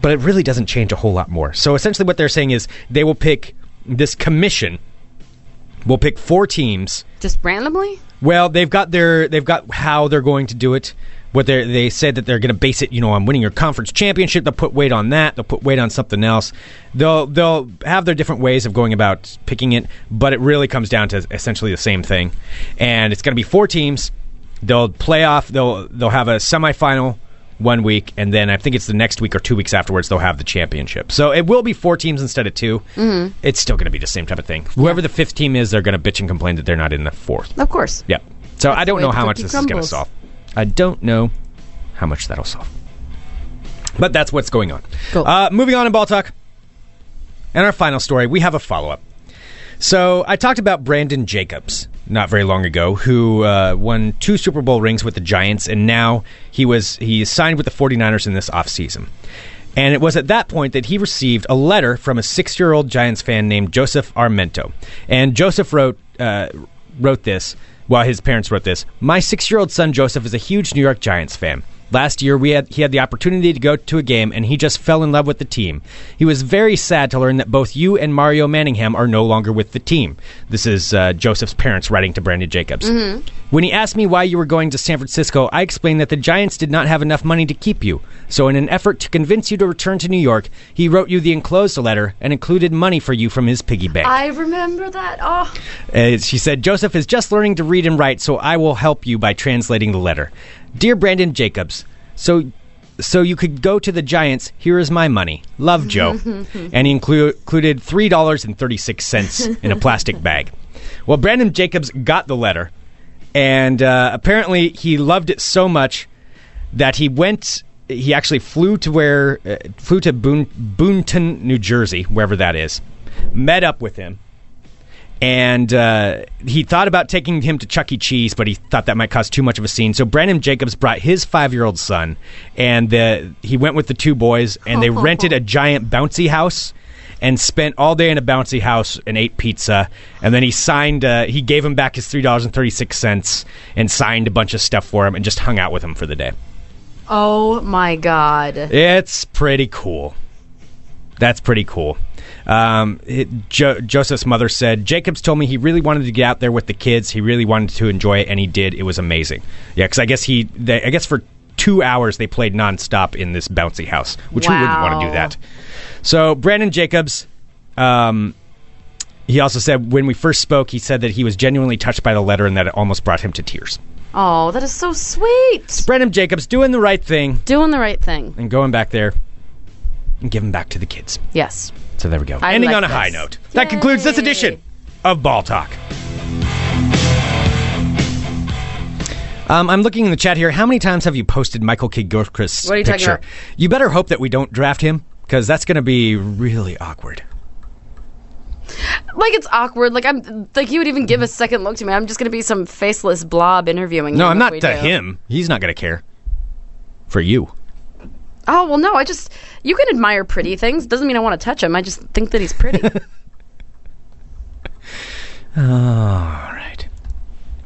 [SPEAKER 6] But it really doesn't change a whole lot more. So essentially, what they're saying is they will pick this commission. will pick four teams
[SPEAKER 5] Just randomly?
[SPEAKER 6] well, they've got their they've got how they're going to do it. What they they said that they're going to base it, you know, on winning your conference championship. They'll put weight on that. They'll put weight on something else. They'll they'll have their different ways of going about picking it, but it really comes down to essentially the same thing. And it's going to be four teams. They'll play off. They'll they'll have a semifinal one week, and then I think it's the next week or two weeks afterwards they'll have the championship. So it will be four teams instead of 2 Mm-hmm. It's still going to be the same type of thing. Whoever the fifth team is, they're going to bitch and complain that they're not in the fourth.
[SPEAKER 5] Of course.
[SPEAKER 6] Yep. So I don't
[SPEAKER 5] way
[SPEAKER 6] know
[SPEAKER 5] the
[SPEAKER 6] how much
[SPEAKER 5] cookie
[SPEAKER 6] this is going to
[SPEAKER 5] crumbles.
[SPEAKER 6] solve. I don't know how much that'll solve. But that's what's going on.
[SPEAKER 5] Cool.
[SPEAKER 6] Uh, moving on in ball talk. And our final story, we have a follow up. So I talked about Brandon Jacobs not very long ago, who uh, won two Super Bowl rings with the Giants, and now he was he signed with the 49ers in this offseason. And it was at that point that he received a letter from a six year old Giants fan named Joseph Armento. And Joseph wrote uh, wrote this, well, his parents wrote this My six year old son Joseph is a huge New York Giants fan. Last year, we had, he had the opportunity to go to a game, and he just fell in love with the team. He was very sad to learn that both you and Mario Manningham are no longer with the team. This is uh, Joseph's parents writing to Brandon Jacobs. When he asked me why you were going to San Francisco, I explained that the Giants did not have enough money to keep you. So, in an effort to convince you to return to New York, he wrote you the enclosed letter and included money for you from his piggy bank.
[SPEAKER 5] I remember that. Oh,
[SPEAKER 6] Uh, she said, Joseph is just learning to read and write, so I will help you by translating the letter. Dear Brandon Jacobs, so so you could go to the Giants. Here is my money. Love, Joe. and he inclu- included three dollars and thirty six cents in a plastic bag. Well, Brandon Jacobs got the letter, and uh, apparently he loved it so much that he went. He actually flew to where uh, flew to Boon- Boonton, New Jersey, wherever that is. Met up with him and uh, he thought about taking him to Chuck E. Cheese, but he thought that might cause too much of a scene. So Brandon Jacobs brought his five-year-old son, and the, he went with the two boys, and they rented a giant bouncy house. And spent all day in a bouncy house and ate pizza, and then he signed. Uh, he gave him back his three dollars and thirty six cents, and signed a bunch of stuff for him, and just hung out with him for the day.
[SPEAKER 5] oh my God.
[SPEAKER 6] It's pretty cool. That's pretty cool. Um, it, jo- Joseph's mother said, Jacobs told me he really wanted to get out there with the kids. He really wanted to enjoy it, and he did. It was amazing. Yeah, because I guess he, they, I guess for two hours they played nonstop in this bouncy house, which we wouldn't want to do
[SPEAKER 5] Wow.
[SPEAKER 6] that. So Brandon Jacobs, um, he also said when we first spoke, he said that he was genuinely touched by the letter and that it almost brought him to tears.
[SPEAKER 5] Oh, that is so sweet.
[SPEAKER 6] Brandon Jacobs doing the right thing
[SPEAKER 5] Doing the right thing.
[SPEAKER 6] and going back there and giving back to the kids.
[SPEAKER 5] Yes.
[SPEAKER 6] So there we go.
[SPEAKER 5] I
[SPEAKER 6] Ending
[SPEAKER 5] like
[SPEAKER 6] on a
[SPEAKER 5] this.
[SPEAKER 6] high note. That concludes this
[SPEAKER 5] Yay.
[SPEAKER 6] edition of Ball Talk. Um, I'm looking in the chat here. How many times have you posted Michael Kidd Gilchrist's
[SPEAKER 5] What are you talking
[SPEAKER 6] picture?
[SPEAKER 5] about?
[SPEAKER 6] You better hope that we don't draft him because that's going to be really awkward.
[SPEAKER 5] like it's awkward. Like I'm like you would even give a second look to me. I'm just gonna be some faceless blob interviewing.
[SPEAKER 6] No,
[SPEAKER 5] him
[SPEAKER 6] I'm
[SPEAKER 5] if
[SPEAKER 6] not
[SPEAKER 5] we
[SPEAKER 6] to
[SPEAKER 5] do.
[SPEAKER 6] him. He's not going to care. For you.
[SPEAKER 5] Oh well, no. I just you can admire pretty things. Doesn't mean I want to touch him. I just think that he's pretty.
[SPEAKER 6] All right.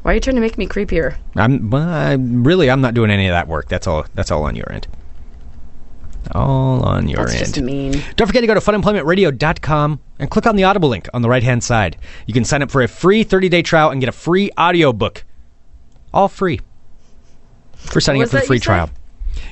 [SPEAKER 5] Why are you trying to make me creepier?
[SPEAKER 6] I'm, well, I'm really I'm not doing any of that work. That's all that's all on your end. All on your
[SPEAKER 5] That's
[SPEAKER 6] end.
[SPEAKER 5] just mean.
[SPEAKER 6] Don't forget to go to funemploymentradio.com and click on the Audible link on the right hand side. You can sign up for a free 30 day trial and get a free audiobook. All free. For signing
[SPEAKER 5] What
[SPEAKER 6] up for the
[SPEAKER 5] was that
[SPEAKER 6] free
[SPEAKER 5] you said?
[SPEAKER 6] trial.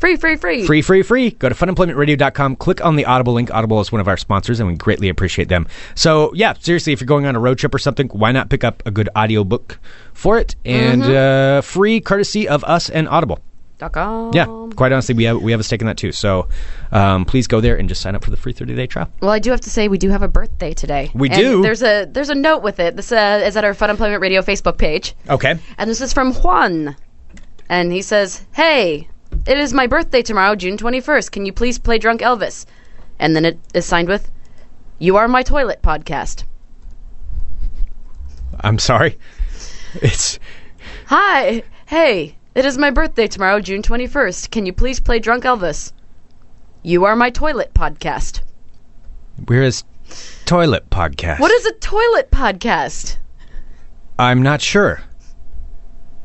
[SPEAKER 5] Free, free, free.
[SPEAKER 6] Free, free, free. Go to funemploymentradio.com, click on the Audible link. Audible is one of our sponsors, and we greatly appreciate them. So, yeah, seriously, if you're going on a road trip or something, why not pick up a good audiobook for it? And
[SPEAKER 5] Mm-hmm.
[SPEAKER 6] uh, free, courtesy of us and Audible.
[SPEAKER 5] Dot com.
[SPEAKER 6] Yeah, quite honestly, we have, we have a stake in that too. So, um, please go there and just sign up for the free 30 day trial.
[SPEAKER 5] Well, I do have to say we do have a birthday today.
[SPEAKER 6] We
[SPEAKER 5] And
[SPEAKER 6] do?
[SPEAKER 5] There's a there's a note with it. This uh, is at our Fun Employment Radio Facebook page,
[SPEAKER 6] Okay.
[SPEAKER 5] and this is from Juan, and he says, "Hey, it is my birthday tomorrow, June 21st. Can you please play Drunk Elvis?" And then it is signed with, "You are my toilet podcast."
[SPEAKER 6] I'm sorry. It's
[SPEAKER 5] Hi, hey, it is my birthday tomorrow, June 21st. Can you please play Drunk Elvis? You are my toilet podcast.
[SPEAKER 6] we're his toilet podcast.
[SPEAKER 5] What is a toilet podcast?
[SPEAKER 6] I'm not sure.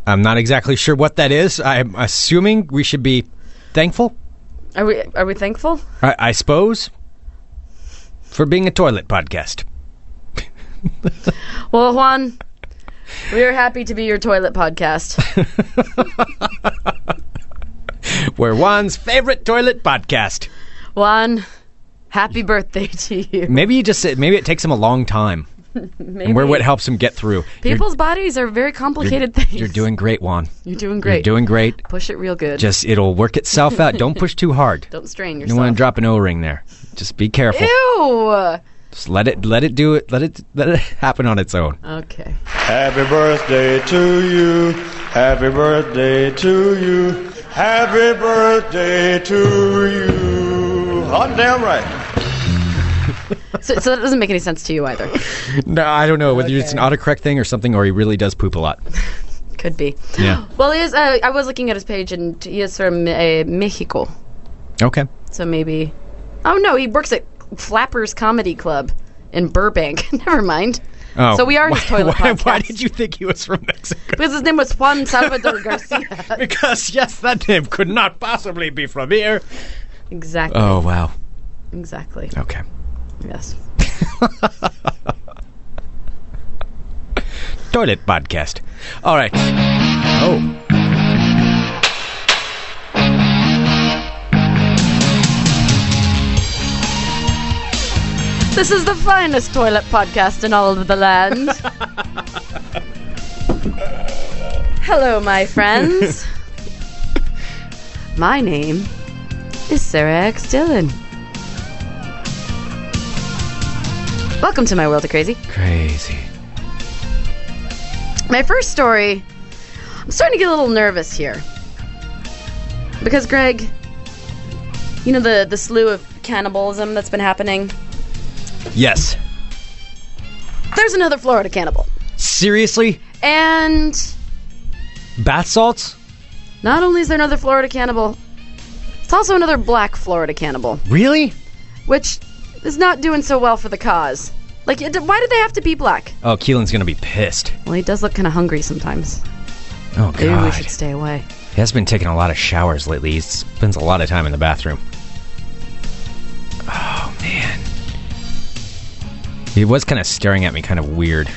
[SPEAKER 6] I'm not exactly sure what that is. I'm assuming we should be thankful.
[SPEAKER 5] Are we are we thankful?
[SPEAKER 6] I, I suppose for being a toilet podcast.
[SPEAKER 5] Well, Juan, we are happy to be your toilet podcast.
[SPEAKER 6] We're Juan's favorite toilet podcast.
[SPEAKER 5] Juan, happy birthday to you.
[SPEAKER 6] Maybe you just maybe it takes him a long time. And we're what helps him get through. You're-
[SPEAKER 5] People's bodies are very complicated things.
[SPEAKER 6] you're doing great, Juan.
[SPEAKER 5] You're doing great.
[SPEAKER 6] You're doing great.
[SPEAKER 5] Push it real good.
[SPEAKER 6] Just it'll work itself out. Don't push too hard.
[SPEAKER 5] don't strain
[SPEAKER 6] You
[SPEAKER 5] yourself.
[SPEAKER 6] want to drop an O ring there. Just be careful.
[SPEAKER 5] Ew.
[SPEAKER 6] Just let it let it do it. Let it let it happen on its own.
[SPEAKER 5] Okay.
[SPEAKER 7] Happy birthday to you. Happy birthday to you. Happy birthday to you. Hot damn right.
[SPEAKER 5] So, so that doesn't make any sense to you either.
[SPEAKER 6] No, I don't know whether it's an autocorrect thing or something, or he really does poop a lot.
[SPEAKER 5] Could be.
[SPEAKER 6] Yeah.
[SPEAKER 5] Well, he is. Uh, I was looking at his page, and he is from uh, Mexico.
[SPEAKER 6] Okay.
[SPEAKER 5] So maybe. Oh no, he works at Flappers Comedy Club in Burbank. Never mind.
[SPEAKER 6] Oh,
[SPEAKER 5] So we are his toilet
[SPEAKER 6] why, Why
[SPEAKER 5] podcast.
[SPEAKER 6] did you think he was from Mexico?
[SPEAKER 5] Because his name was Juan Salvador Garcia.
[SPEAKER 6] because yes, that name could not possibly be from here.
[SPEAKER 5] exactly.
[SPEAKER 6] Oh wow.
[SPEAKER 5] Exactly.
[SPEAKER 6] Okay.
[SPEAKER 5] Yes.
[SPEAKER 6] Toilet podcast. All right. Oh.
[SPEAKER 5] This is the finest toilet podcast in all of the land. Hello, my friends. my name is Sarah X. Dillon. Welcome to my world of crazy.
[SPEAKER 6] Crazy.
[SPEAKER 5] My first story, I'm starting to get a little nervous here. Because, Greg, you know the, the slew of cannibalism that's been happening?
[SPEAKER 6] Yes.
[SPEAKER 5] There's another Florida cannibal.
[SPEAKER 6] Seriously?
[SPEAKER 5] And
[SPEAKER 6] Bath salts?
[SPEAKER 5] not only is there another Florida cannibal, it's also another black Florida cannibal,
[SPEAKER 6] Really?
[SPEAKER 5] which is not doing so well for the cause. Like, it, why did they have to be black?
[SPEAKER 6] Oh, Keelan's gonna be pissed.
[SPEAKER 5] Well, he does look kind of hungry sometimes.
[SPEAKER 6] Oh
[SPEAKER 5] Maybe we
[SPEAKER 6] god.
[SPEAKER 5] should stay away.
[SPEAKER 6] He has been taking a lot of showers lately. He spends a lot of time in the bathroom. Oh man. He was kind of staring at me kind of weird.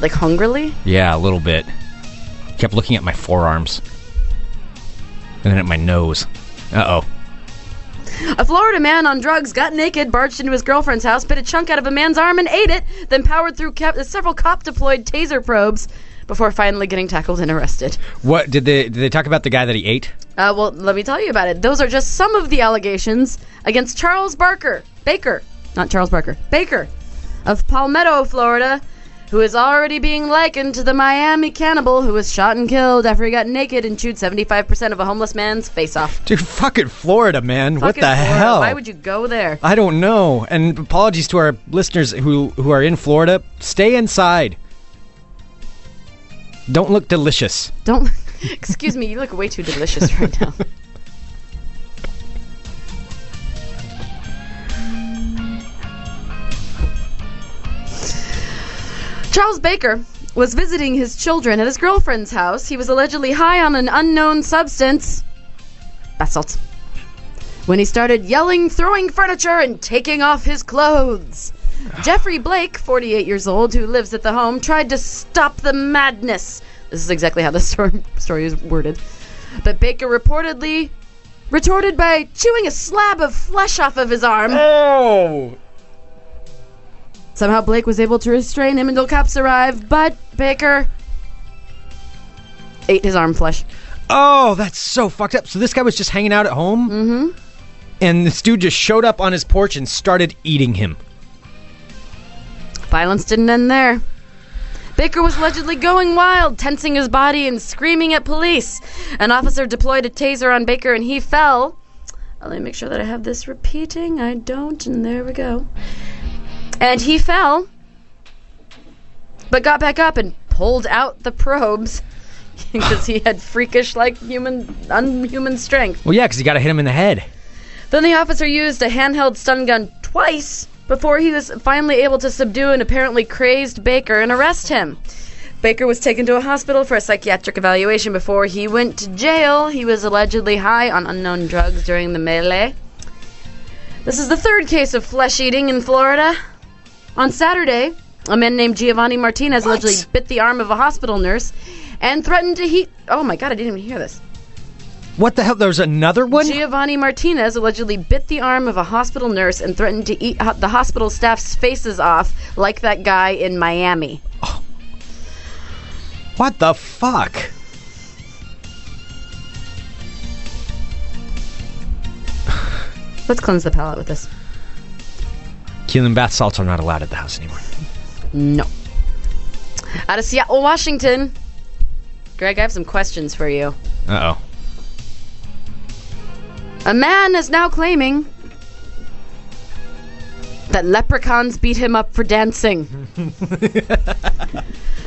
[SPEAKER 5] Like, hungrily?
[SPEAKER 6] Yeah, a little bit. Kept looking at my forearms. And then at my nose. Uh oh.
[SPEAKER 5] A Florida man on drugs got naked, barged into his girlfriend's house, bit a chunk out of a man's arm and ate it, then powered through cap- several cop deployed taser probes before finally getting tackled and arrested.
[SPEAKER 6] What did they did they talk about the guy that he ate?
[SPEAKER 5] Uh, well, let me tell you about it. Those are just some of the allegations against Charles Barker, Baker, not Charles Barker, Baker, of Palmetto, Florida, who is already being likened to the Miami cannibal who was shot and killed after he got naked and chewed 75% of a homeless man's face off.
[SPEAKER 6] Dude, fucking Florida, man. what the
[SPEAKER 5] Fucking Florida,
[SPEAKER 6] hell?
[SPEAKER 5] Why would you go there?
[SPEAKER 6] I don't know. And apologies to our listeners who who are in Florida. Stay inside. Don't look delicious.
[SPEAKER 5] Don't. Excuse me, you look way too delicious right now. Charles Baker was visiting his children at his girlfriend's house. He was allegedly high on an unknown substance, bath salts, when he started yelling, throwing furniture, and taking off his clothes. Jeffrey Blake, 48 years old, who lives at the home, tried to stop the madness. This is exactly how the story, story is worded. But Baker reportedly retorted by chewing a slab of flesh off of his arm.
[SPEAKER 6] Oh.
[SPEAKER 5] Somehow Blake was able to restrain him until cops arrived, but Baker ate his arm flesh.
[SPEAKER 6] Oh, that's so fucked up. So this guy was just hanging out at home. Mm-hmm. And this dude just showed up on his porch and started eating him.
[SPEAKER 5] Violence didn't end there. Baker was allegedly going wild, tensing his body and screaming at police. An officer deployed a taser on Baker and he fell. Uh, Let me make sure that I have this repeating. I don't, and there we go. And he fell, but got back up and pulled out the probes because he had freakish, like human, unhuman strength.
[SPEAKER 6] Well, yeah, because he got to hit him in the head.
[SPEAKER 5] Then the officer used a handheld stun gun twice before he was finally able to subdue an apparently crazed Baker and arrest him. Baker was taken to a hospital for a psychiatric evaluation before he went to jail. He was allegedly high on unknown drugs during the melee. This is the third case of flesh eating in Florida. On Saturday, a man named Giovanni Martinez allegedly bit the arm of a hospital nurse and threatened to heat. Oh my god, I didn't even hear this.
[SPEAKER 6] What the hell? There's another one?
[SPEAKER 5] Giovanni Martinez allegedly bit the arm of a hospital nurse and threatened to eat ho- the hospital staff's faces off, like that guy in Miami.
[SPEAKER 6] What the fuck?
[SPEAKER 5] Let's cleanse the palate with this.
[SPEAKER 6] Cuban bath salts are not allowed at the house anymore.
[SPEAKER 5] No. Out of Seattle, Washington. Greg, I have some questions for you.
[SPEAKER 6] Uh oh.
[SPEAKER 5] A man is now claiming that leprechauns beat him up for dancing.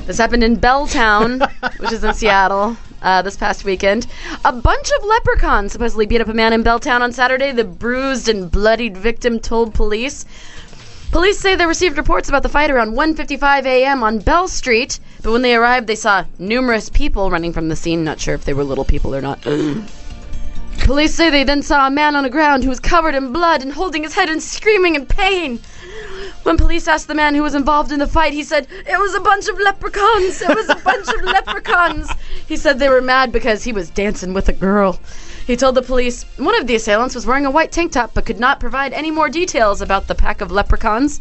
[SPEAKER 5] this happened in Belltown, which is in Seattle, uh, this past weekend. A bunch of leprechauns supposedly beat up a man in Belltown on Saturday. The bruised and bloodied victim told police. Police say they received reports about the fight around 1:55 a.m. on Bell Street, but when they arrived, they saw numerous people running from the scene. Not sure if they were little people or not. Police say they then saw a man on the ground who was covered in blood and holding his head and screaming in pain. When police asked the man who was involved in the fight, he said, It was a bunch of leprechauns. It was a bunch of leprechauns. He said they were mad because he was dancing with a girl. He told the police one of the assailants was wearing a white tank top but could not provide any more details about the pack of leprechauns.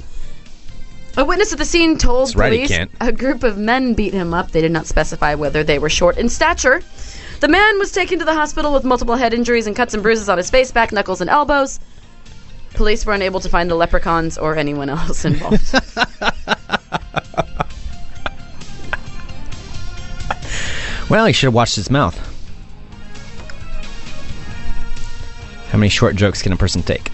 [SPEAKER 5] A witness at the scene told
[SPEAKER 6] right, he
[SPEAKER 5] police
[SPEAKER 6] can't.
[SPEAKER 5] a group of men beat him up. They did not specify whether they were short in stature. The man was taken to the hospital with multiple head injuries and cuts and bruises on his face, back, knuckles, and elbows. Police were unable to find the leprechauns or anyone else involved.
[SPEAKER 6] Well, he should have washed his mouth. How many short jokes can a person take?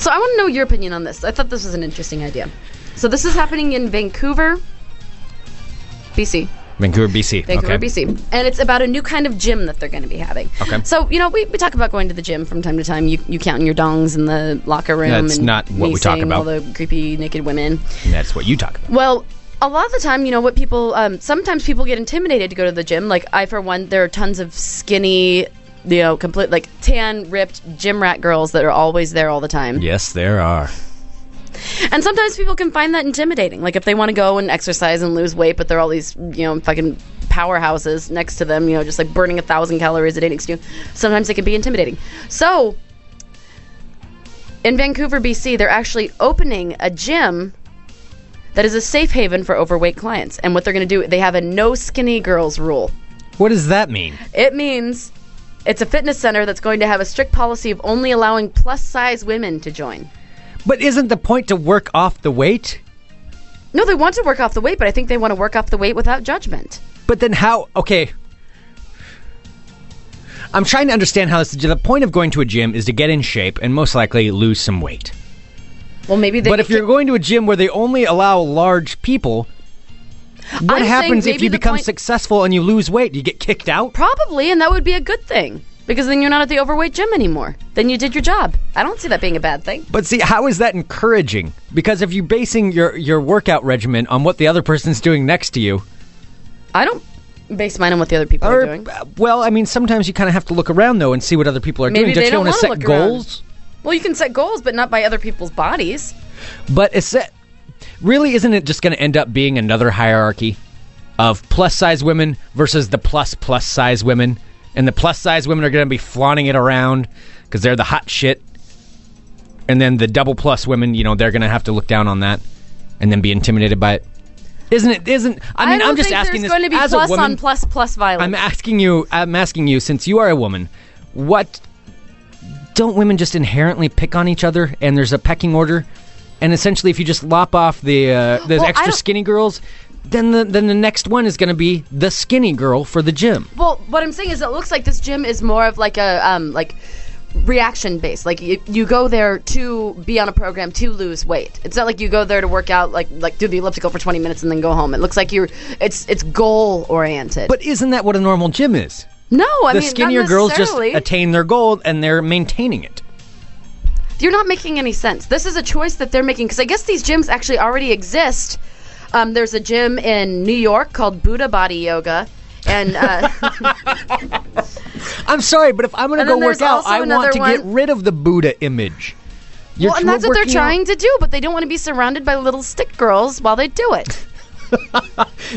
[SPEAKER 5] so I want to know your opinion on this. I thought this was an interesting idea. So this is happening in Vancouver, BC.
[SPEAKER 6] Vancouver, BC.
[SPEAKER 5] Vancouver,
[SPEAKER 6] okay.
[SPEAKER 5] BC. And it's about a new kind of gym that they're going to be having.
[SPEAKER 6] Okay.
[SPEAKER 5] So, you know, we, we talk about going to the gym from time to time. You, you counting your dongs in the locker room.
[SPEAKER 6] That's
[SPEAKER 5] and
[SPEAKER 6] not what
[SPEAKER 5] me
[SPEAKER 6] we talk
[SPEAKER 5] seeing
[SPEAKER 6] about.
[SPEAKER 5] All the creepy naked women.
[SPEAKER 6] And that's what you talk about.
[SPEAKER 5] Well, a lot of the time, you know, what people um, sometimes people get intimidated to go to the gym. Like I, for one, there are tons of skinny, you know, complete like tan, ripped gym rat girls that are always there all the time.
[SPEAKER 6] Yes, there are.
[SPEAKER 5] And sometimes people can find that intimidating. Like if they want to go and exercise and lose weight, but there are all these, you know, fucking powerhouses next to them, you know, just like burning a thousand calories a day next to you. Sometimes it can be intimidating. So in Vancouver, BC, they're actually opening a gym that is a safe haven for overweight clients. And what they're going to do, they have a no skinny girls rule.
[SPEAKER 6] What does that mean?
[SPEAKER 5] It means it's a fitness center that's going to have a strict policy of only allowing plus size women to join.
[SPEAKER 6] But isn't the point to work off the weight?
[SPEAKER 5] No, they want to work off the weight, but I think they want to work off the weight without judgment.
[SPEAKER 6] But then how? Okay. I'm trying to understand how this. The point of going to a gym is to get in shape and most likely lose some weight.
[SPEAKER 5] Well, maybe they.
[SPEAKER 6] But if you're going to a gym where they only allow large people, what
[SPEAKER 5] I'm saying
[SPEAKER 6] happens if
[SPEAKER 5] maybe
[SPEAKER 6] you
[SPEAKER 5] the
[SPEAKER 6] become
[SPEAKER 5] point-
[SPEAKER 6] successful and you lose weight? You get kicked out?
[SPEAKER 5] probably, and that would be a good thing because then you're not at the overweight gym anymore. Then you did your job. I don't see that being a bad thing.
[SPEAKER 6] But see, how is that encouraging? Because if you're basing your, your workout regimen on what the other person's doing next to you,
[SPEAKER 5] I don't base mine on what the other people are
[SPEAKER 6] or
[SPEAKER 5] doing.
[SPEAKER 6] well, I mean, sometimes you kind of have to look around though and see what other people are
[SPEAKER 5] Maybe
[SPEAKER 6] doing.
[SPEAKER 5] they
[SPEAKER 6] you
[SPEAKER 5] don't
[SPEAKER 6] wanna
[SPEAKER 5] wanna
[SPEAKER 6] set
[SPEAKER 5] look around.
[SPEAKER 6] goals?
[SPEAKER 5] Well, you can set goals, but not by other people's bodies.
[SPEAKER 6] But it's that really isn't it just going to end up being another hierarchy of plus size women versus the plus plus size women, and the plus size women are going to be flaunting it around because they're the hot shit, and then the double plus women, you know, they're going to have to look down on that and then be intimidated by it. Isn't it? Isn't I mean?
[SPEAKER 5] don't
[SPEAKER 6] am just
[SPEAKER 5] think
[SPEAKER 6] asking
[SPEAKER 5] there's
[SPEAKER 6] this
[SPEAKER 5] going to be
[SPEAKER 6] as
[SPEAKER 5] plus
[SPEAKER 6] a woman.
[SPEAKER 5] on plus plus violence.
[SPEAKER 6] I'm asking you. I'm asking you since you are a woman, what don't women just inherently pick on each other? And there's a pecking order, and essentially, if you just lop off the uh, those
[SPEAKER 5] Well, I
[SPEAKER 6] extra
[SPEAKER 5] don't-
[SPEAKER 6] skinny girls, then the then the next one is going to be the skinny girl for the gym.
[SPEAKER 5] Well, what I'm saying is, it looks like this gym is more of like a um like reaction based. Like you, you go there to be on a program to lose weight. It's not like you go there to work out like like do the elliptical for 20 minutes and then go home. It looks like you're it's it's goal oriented.
[SPEAKER 6] But isn't that what a normal gym is?
[SPEAKER 5] no, I
[SPEAKER 6] the
[SPEAKER 5] mean
[SPEAKER 6] skinnier
[SPEAKER 5] not
[SPEAKER 6] girls just
[SPEAKER 5] necessarily.
[SPEAKER 6] attain their goal and they're maintaining it.
[SPEAKER 5] you're not making any sense. This is a choice that they're making because I guess these gyms actually already exist. Um, there's a gym in New York called Buddha Body Yoga, and uh,
[SPEAKER 6] I'm sorry, but if I'm going to
[SPEAKER 5] And
[SPEAKER 6] go
[SPEAKER 5] then
[SPEAKER 6] work
[SPEAKER 5] there's
[SPEAKER 6] out,
[SPEAKER 5] also
[SPEAKER 6] I want
[SPEAKER 5] another
[SPEAKER 6] to get
[SPEAKER 5] one-
[SPEAKER 6] rid of the Buddha image. You're
[SPEAKER 5] well, and
[SPEAKER 6] tr-
[SPEAKER 5] that's what they're
[SPEAKER 6] working out-
[SPEAKER 5] trying to do, but they don't want to be surrounded by little stick girls while they do it.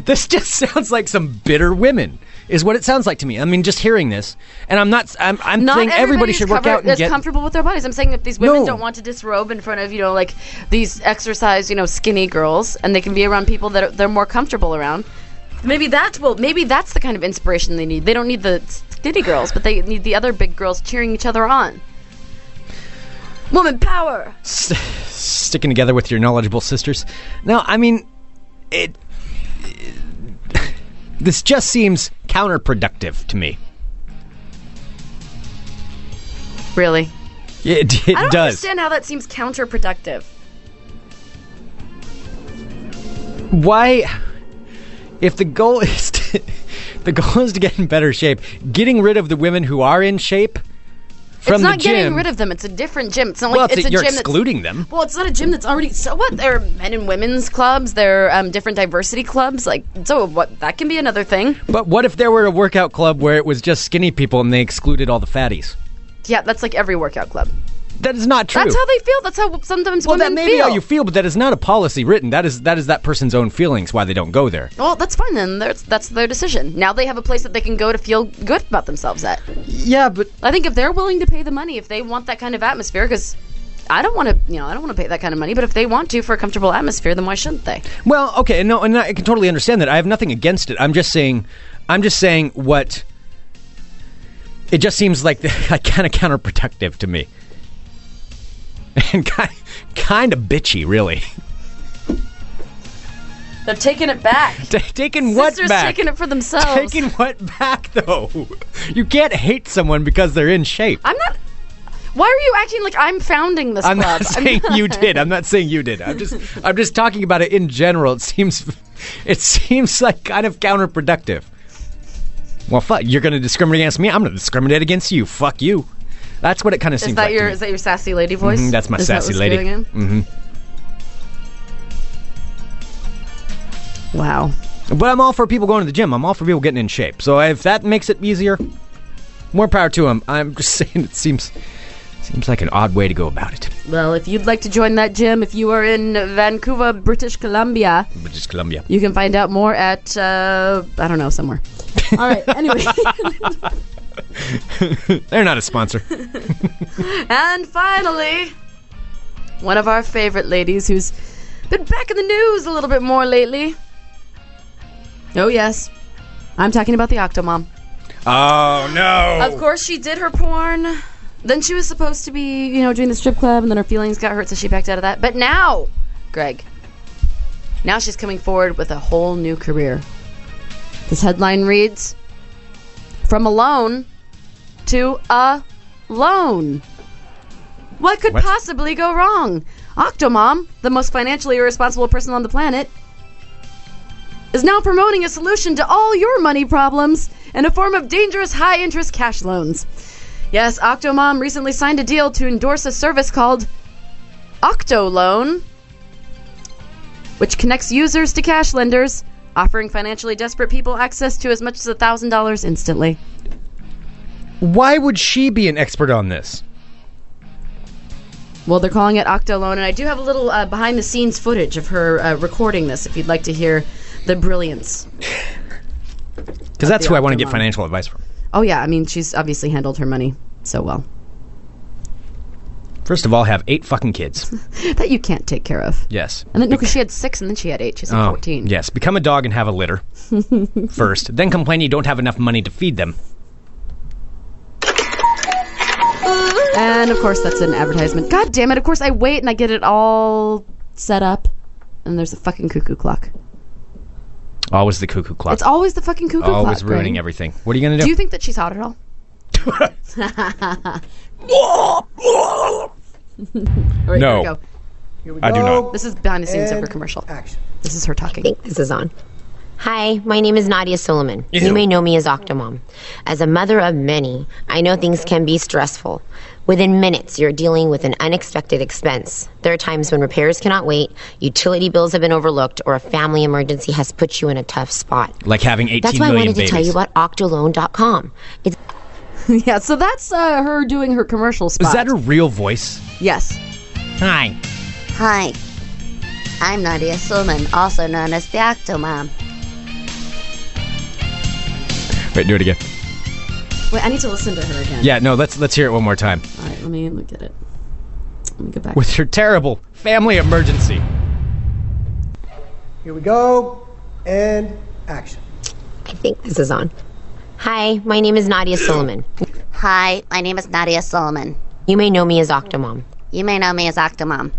[SPEAKER 6] this just sounds like some bitter women is what it sounds like to me i mean just hearing this and i'm not i'm, I'm
[SPEAKER 5] Not
[SPEAKER 6] saying everybody
[SPEAKER 5] everybody's
[SPEAKER 6] should work
[SPEAKER 5] covered-
[SPEAKER 6] out and
[SPEAKER 5] is
[SPEAKER 6] get
[SPEAKER 5] comfortable with their bodies. I'm saying if these women
[SPEAKER 6] No.
[SPEAKER 5] don't want to disrobe in front of you know like these exercise you know skinny girls, and they can be around people that are, they're more comfortable around. Maybe that's well. Maybe that's the kind of inspiration they need. They don't need the skinny girls, but they need the other big girls cheering each other on. Woman power.
[SPEAKER 6] st- sticking together with your knowledgeable sisters no i mean it this just seems counterproductive to me
[SPEAKER 5] Really?
[SPEAKER 6] it, it
[SPEAKER 5] I don't
[SPEAKER 6] does
[SPEAKER 5] understand how that seems counterproductive.
[SPEAKER 6] why if the goal is to, the goal is to get in better shape getting rid of the women who are in shape from
[SPEAKER 5] it's
[SPEAKER 6] the
[SPEAKER 5] not
[SPEAKER 6] gym
[SPEAKER 5] getting rid of them. It's a different gym. It's not like
[SPEAKER 6] well
[SPEAKER 5] it's,
[SPEAKER 6] it's-
[SPEAKER 5] a
[SPEAKER 6] you're
[SPEAKER 5] gym that's
[SPEAKER 6] excluding them
[SPEAKER 5] Well, it's not a gym that's already so what? There are men and women's clubs. There are um, different diversity clubs. Like so, what? That can be another thing.
[SPEAKER 6] But what if there were a workout club where it was just skinny people and they excluded all the fatties?
[SPEAKER 5] Yeah, that's like every workout club.
[SPEAKER 6] That is not true.
[SPEAKER 5] That's how they feel. That's how sometimes
[SPEAKER 6] well, that
[SPEAKER 5] women
[SPEAKER 6] may be
[SPEAKER 5] feel.
[SPEAKER 6] how you feel, but that is not a policy written. That is that is that person's own feelings why they don't go there.
[SPEAKER 5] well, that's fine then. That's, that's their decision. Now they have a place that they can go to feel good about themselves at.
[SPEAKER 6] Yeah, but
[SPEAKER 5] I think if they're willing to pay the money, if they want that kind of atmosphere, because I don't want to, you know, I don't want to pay that kind of money. But if they want to for a comfortable atmosphere, then why shouldn't they?
[SPEAKER 6] well, okay, no, and I can totally understand that. I have nothing against it. I'm just saying, I'm just saying what. It just seems like like kind of counterproductive to me, and kind kind of bitchy, really.
[SPEAKER 5] They're taking it back.
[SPEAKER 6] Ta- taking what
[SPEAKER 5] Sisters
[SPEAKER 6] back?
[SPEAKER 5] taking it for themselves.
[SPEAKER 6] Taking what back though? You can't hate someone because they're in shape.
[SPEAKER 5] I'm not. Why are you acting like I'm founding this
[SPEAKER 6] I'm
[SPEAKER 5] club?
[SPEAKER 6] not saying you did. I'm not saying you did. I'm just I'm just talking about it in general. It seems it seems like kind of counterproductive. Well, fuck, you're going to discriminate against me. I'm going to discriminate against you. Fuck you. That's what it kind of
[SPEAKER 5] Is
[SPEAKER 6] seems
[SPEAKER 5] that
[SPEAKER 6] like.
[SPEAKER 5] your
[SPEAKER 6] to
[SPEAKER 5] is
[SPEAKER 6] me.
[SPEAKER 5] that your sassy lady voice?
[SPEAKER 6] Mhm, that's my
[SPEAKER 5] Is
[SPEAKER 6] sassy
[SPEAKER 5] what's
[SPEAKER 6] lady. Mm-hmm.
[SPEAKER 5] doing it? Wow.
[SPEAKER 6] But I'm all for people going to the gym. I'm all for people getting in shape. So if that makes it easier, more power to them. I'm just saying it seems seems like an odd way to go about it.
[SPEAKER 5] Well, if you'd like to join that gym, if you are in Vancouver, British Columbia,
[SPEAKER 6] British Columbia.
[SPEAKER 5] you can find out more at uh, I don't know somewhere. All right. Anyway,
[SPEAKER 6] They're not a sponsor.
[SPEAKER 5] and finally, one of our favorite ladies who's been back in the news a little bit more lately. Oh yes, I'm talking about the Octomom.
[SPEAKER 6] Oh no!
[SPEAKER 5] Of course, she did her porn. Then she was supposed to be, you know, doing the strip club, and then her feelings got hurt, so she backed out of that. But now, Greg, now she's coming forward with a whole new career. This headline reads From Alone to a Loan. What could
[SPEAKER 6] What?
[SPEAKER 5] possibly go wrong? Octomom, the most financially irresponsible person on the planet, is now promoting a solution to all your money problems in a form of dangerous high interest cash loans. Yes, Octomom recently signed a deal to endorse a service called Octoloan, which connects users to cash lenders, offering financially desperate people access to as much as $1,000 instantly.
[SPEAKER 6] Why would she be an expert on this?
[SPEAKER 5] Well, they're calling it Octoloan, and I do have a little uh, behind the scenes footage of her uh, recording this if you'd like to hear the brilliance.
[SPEAKER 6] Because that's
[SPEAKER 5] the
[SPEAKER 6] who I want to get
[SPEAKER 5] Octomom.
[SPEAKER 6] financial advice from.
[SPEAKER 5] Oh, yeah, I mean, she's obviously handled her money so well
[SPEAKER 6] First of all, have eight fucking kids.
[SPEAKER 5] that you can't take care of.
[SPEAKER 6] Yes.
[SPEAKER 5] And then, no, 'cause she had six and then she had eight. She's like
[SPEAKER 6] Oh,
[SPEAKER 5] 14.
[SPEAKER 6] Yes. Become a dog and have a litter first. Then complain you don't have enough money to feed them.
[SPEAKER 5] And of course, that's an advertisement. God damn it! Of course, I wait and I get it all set up, and there's a fucking cuckoo clock.
[SPEAKER 6] Always the cuckoo clock.
[SPEAKER 5] It's always the fucking cuckoo clock.
[SPEAKER 6] Always ruining
[SPEAKER 5] Greg.
[SPEAKER 6] everything. What are you going to
[SPEAKER 5] Do
[SPEAKER 6] do?
[SPEAKER 5] you think that she's hot at all? All right,
[SPEAKER 6] No.
[SPEAKER 5] Here we go.
[SPEAKER 6] I do not.
[SPEAKER 5] This is behind the scenes of her commercial. This is her talking.
[SPEAKER 8] This is on. Hi, my name is Nadia Suleiman. You may know me as Octomom. As a mother of many, I know things can be stressful. Within minutes, you're dealing with an unexpected expense. There are times when repairs cannot wait, utility bills have been overlooked, or a family emergency has put you in a tough spot.
[SPEAKER 6] Like having 18
[SPEAKER 8] That's why I
[SPEAKER 6] million
[SPEAKER 8] wanted
[SPEAKER 6] babies.
[SPEAKER 8] to tell you about Octoloan.com. It's
[SPEAKER 5] yeah, so that's uh, her doing her commercial spot.
[SPEAKER 6] Is that her real voice?
[SPEAKER 5] Yes.
[SPEAKER 6] Hi.
[SPEAKER 9] Hi, I'm Nadia Sulman, also known as the Octomom.
[SPEAKER 6] Wait, do it again.
[SPEAKER 5] Wait, I need to listen to her again.
[SPEAKER 6] Yeah, no, let's let's hear it one more time.
[SPEAKER 5] All right, let me look at it. Let me go back.
[SPEAKER 6] With your terrible family emergency.
[SPEAKER 10] Here we go, and action.
[SPEAKER 8] I think this is on. Hi, my name is Nadia Suleiman.
[SPEAKER 9] Hi, my name is Nadia Sulman.
[SPEAKER 8] You may know me as Octomom.
[SPEAKER 9] You may know me as Octomom.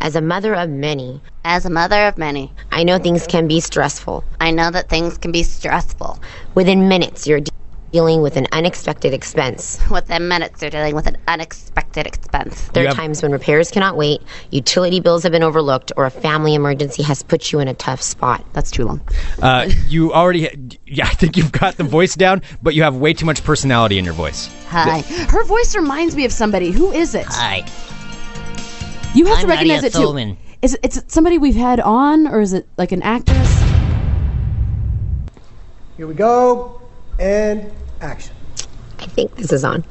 [SPEAKER 8] As a mother of many,
[SPEAKER 9] As a mother of many,
[SPEAKER 8] I know things can be stressful.
[SPEAKER 9] I know that things can be stressful.
[SPEAKER 8] Within minutes, you're de- dealing with an unexpected expense.
[SPEAKER 9] Within minutes, you're dealing with an unexpected expense.
[SPEAKER 8] There
[SPEAKER 6] You
[SPEAKER 8] are
[SPEAKER 6] have-
[SPEAKER 8] times when repairs cannot wait, utility bills have been overlooked, or a family emergency has put you in a tough spot.
[SPEAKER 5] That's too long.
[SPEAKER 6] Uh, you already, yeah, I think you've got the voice down, but you have way too much personality in your voice.
[SPEAKER 9] Hi,
[SPEAKER 5] Her voice reminds me of somebody. Who is it?
[SPEAKER 11] Hi,
[SPEAKER 5] You have
[SPEAKER 11] I'm
[SPEAKER 5] to recognize
[SPEAKER 11] Nadia
[SPEAKER 5] it too.
[SPEAKER 11] Thulman.
[SPEAKER 5] Is it, it's somebody we've had on, or is it like an actress?
[SPEAKER 10] Here we go, and action.
[SPEAKER 8] I think this is on.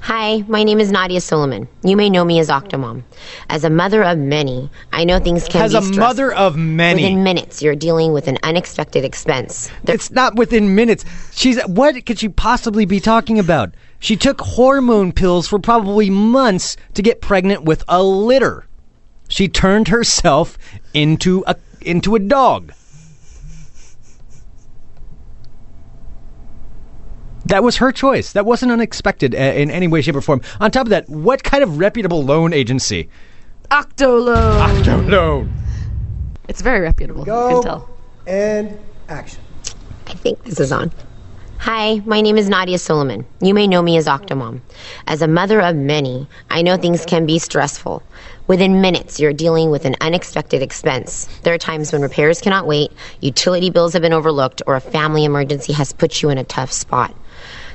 [SPEAKER 8] Hi, my name is Nadia Suleiman. You may know me as Octomom. As a mother of many, I know things can
[SPEAKER 6] As
[SPEAKER 8] be
[SPEAKER 6] a
[SPEAKER 8] stressful.
[SPEAKER 6] mother of many,
[SPEAKER 8] Within minutes, you're dealing with an unexpected expense. There
[SPEAKER 6] it's not within minutes. She's what could she possibly be talking about? She took hormone pills for probably months to get pregnant with a litter. She turned herself into a into a dog. That was her choice. That wasn't unexpected uh, in any way, shape, or form. On top of that, what kind of reputable loan agency?
[SPEAKER 5] Octolo.
[SPEAKER 6] Don't know.
[SPEAKER 5] Ah. It's very reputable. You can tell.
[SPEAKER 10] And action.
[SPEAKER 8] I think this is on. Hi, my name is Nadia Suleiman. You may know me as Octomom. As a mother of many, I know things can be stressful. Within minutes, you're dealing with an unexpected expense. There are times when repairs cannot wait, utility bills have been overlooked, or a family emergency has put you in a tough spot.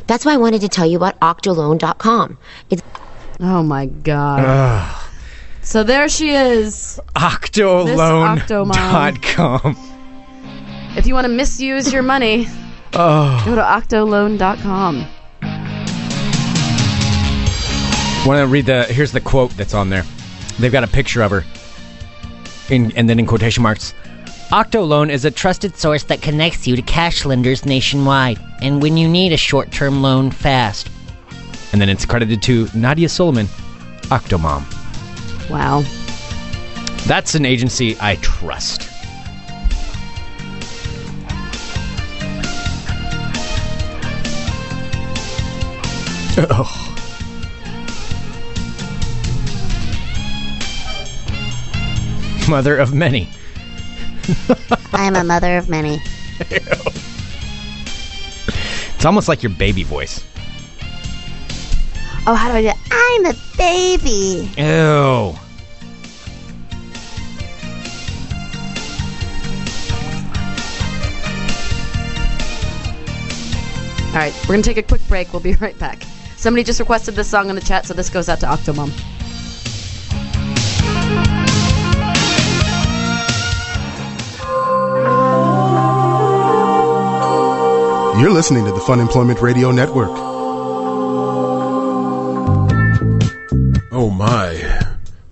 [SPEAKER 8] That's why I wanted to tell you about Octoloan.com. It's
[SPEAKER 5] Oh my god. So there she is.
[SPEAKER 6] Octoloan.com.
[SPEAKER 5] If you want to misuse your money, go to octoloan.com.
[SPEAKER 6] Want to read the? Here's the quote that's on there. They've got a picture of her, in and then in quotation marks. Octoloan is a trusted.
[SPEAKER 11] source that connects you to cash lenders nationwide, and when you need a short-term loan fast.
[SPEAKER 6] And then it's credited to Nadia Solomon, Octomom.
[SPEAKER 5] Wow.
[SPEAKER 6] That's an agency I trust. Ugh. Mother of many.
[SPEAKER 9] I am a mother of many.
[SPEAKER 6] It's almost like your baby voice.
[SPEAKER 9] Oh, how do I do that? I'm a baby.
[SPEAKER 6] Ew.
[SPEAKER 5] All right, we're going to take a quick break. We'll be right back. Somebody just requested this song in the chat, so this goes out to Octomom.
[SPEAKER 1] You're listening to the Fun Employment Radio Network.
[SPEAKER 12] Oh my.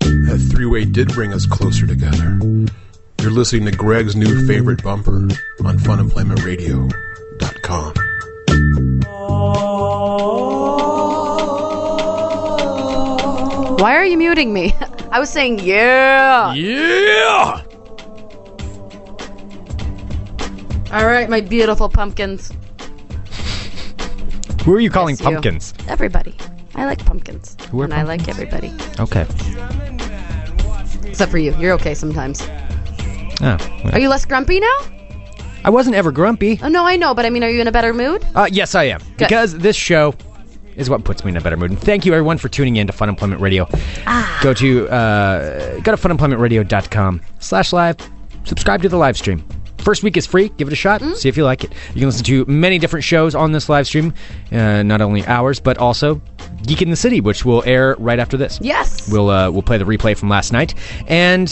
[SPEAKER 12] That three way did bring us closer together. You're listening to Greg's new favorite bumper on funemploymentradio.com.
[SPEAKER 5] Why are you muting me? I was saying, yeah.
[SPEAKER 6] Yeah.
[SPEAKER 5] All right, my beautiful pumpkins.
[SPEAKER 6] Who are you calling
[SPEAKER 5] It's you.
[SPEAKER 6] pumpkins?
[SPEAKER 5] Everybody. I like pumpkins.
[SPEAKER 6] Who are
[SPEAKER 5] and I like everybody.
[SPEAKER 6] Okay.
[SPEAKER 5] Except for you. You're okay sometimes.
[SPEAKER 6] Oh. well.
[SPEAKER 5] Are you less grumpy now?
[SPEAKER 6] I wasn't ever grumpy.
[SPEAKER 5] Oh, no, I know, but I mean, are you in a better mood?
[SPEAKER 6] Uh, yes, I am. Because this show is what puts me in a better mood. And thank you, everyone, for tuning in to Fun Employment Radio. Go to uh, go to funemploymentradio.com slash live. Subscribe to the live stream. First week is free. Give it a shot. See if you like it. You can listen to many different shows on this live stream, uh, not only ours but also Geek in the City, which will air right after this.
[SPEAKER 5] Yes.
[SPEAKER 6] We'll uh, we'll play the replay from last night. And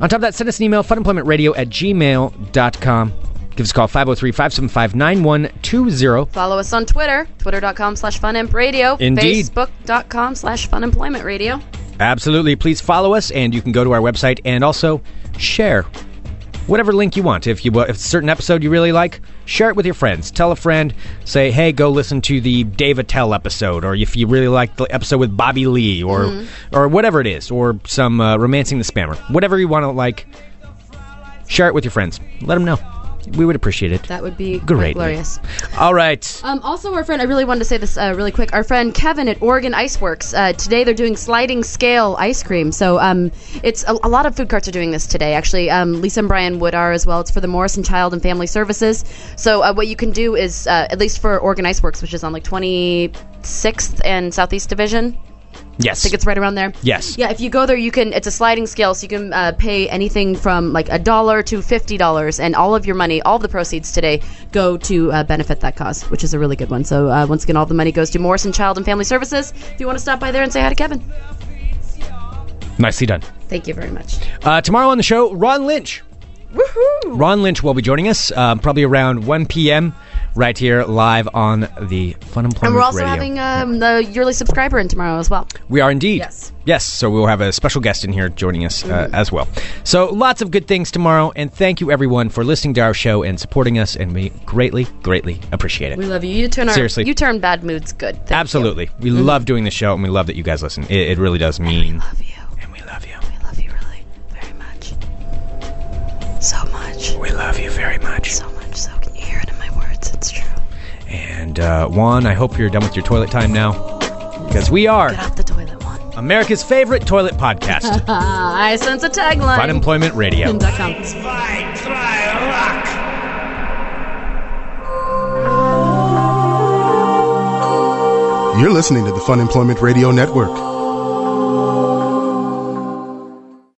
[SPEAKER 6] on top of that, send us an email, funemploymentradio at gmail.com. Give us a call, 503 575 9120.
[SPEAKER 5] Follow us on Twitter, twitter.com slash funimpradio,
[SPEAKER 6] Indeed.
[SPEAKER 5] facebook.com slash funemploymentradio.
[SPEAKER 6] Absolutely. Please follow us, and you can go to our website and also share whatever link you want. If you if it's a certain episode you really like, share it with your friends. Tell a friend. Say, hey, go listen to the Dave Attell episode, or if you really like the episode with Bobby Lee, or
[SPEAKER 13] Mhm.
[SPEAKER 5] Mm-hmm.
[SPEAKER 6] or whatever it is, or some uh, romancing the spammer. Whatever you want to like, share it with your friends. Let them know. We would appreciate it.
[SPEAKER 5] That would be quite
[SPEAKER 6] Great.
[SPEAKER 5] glorious.
[SPEAKER 6] All right.
[SPEAKER 5] Um, also, our friend, I really wanted to say this uh, really quick. Our friend Kevin at Oregon Iceworks, uh, today they're doing sliding scale ice cream. So um, it's a, a lot of food carts are doing this today, actually. Um, Lisa and Brian Wood are as well. It's for the Morrison Child and Family Services. So uh, what you can do is, uh, at least for Oregon Iceworks, which is on like 26th and Southeast Division,
[SPEAKER 6] Yes.
[SPEAKER 5] I think it's right around there.
[SPEAKER 6] Yes.
[SPEAKER 5] Yeah, if you go there, you can. It's a sliding scale, so you can uh, pay anything from like a dollar to fifty dollars, and all of your money, all of the proceeds today, go to uh, benefit that cause, which is a really good one. So uh, once again, all the money goes to Morrison Child and Family Services. If you want to stop by there and say hi to Kevin,
[SPEAKER 6] Nicely done.
[SPEAKER 5] thank you very much.
[SPEAKER 6] Uh, tomorrow on the show, Ron Lynch. Woohoo! Ron Lynch will be joining us um, probably around 1 p.m. right here live on the Fun Employment
[SPEAKER 5] and we're also
[SPEAKER 6] Radio.
[SPEAKER 5] having um, the yearly subscriber in tomorrow as well.
[SPEAKER 6] we are indeed.
[SPEAKER 5] Yes. Mm-hmm.
[SPEAKER 6] Yes. So we'll have a special guest in here joining us uh, as well. So lots of good things tomorrow, and thank you everyone for listening to our show and supporting us, and we greatly, greatly appreciate it.
[SPEAKER 5] We love you. You turn our,
[SPEAKER 6] Seriously.
[SPEAKER 5] you turn bad moods good.
[SPEAKER 6] Absolutely, we
[SPEAKER 5] Mm-hmm.
[SPEAKER 6] love doing the show, and we love that you guys listen. It, it really does mean.
[SPEAKER 5] So much.
[SPEAKER 6] We love you very much.
[SPEAKER 5] So much. So can you hear it in my words? It's true.
[SPEAKER 6] And uh, Juan, I hope you're done with your toilet time now, because we are
[SPEAKER 5] Get off the toilet.
[SPEAKER 6] America's favorite toilet podcast,
[SPEAKER 5] Uh, I sense a tagline.
[SPEAKER 6] Fun Employment Radio.
[SPEAKER 5] Dot com.
[SPEAKER 1] You're listening to the Fun Employment Radio Network.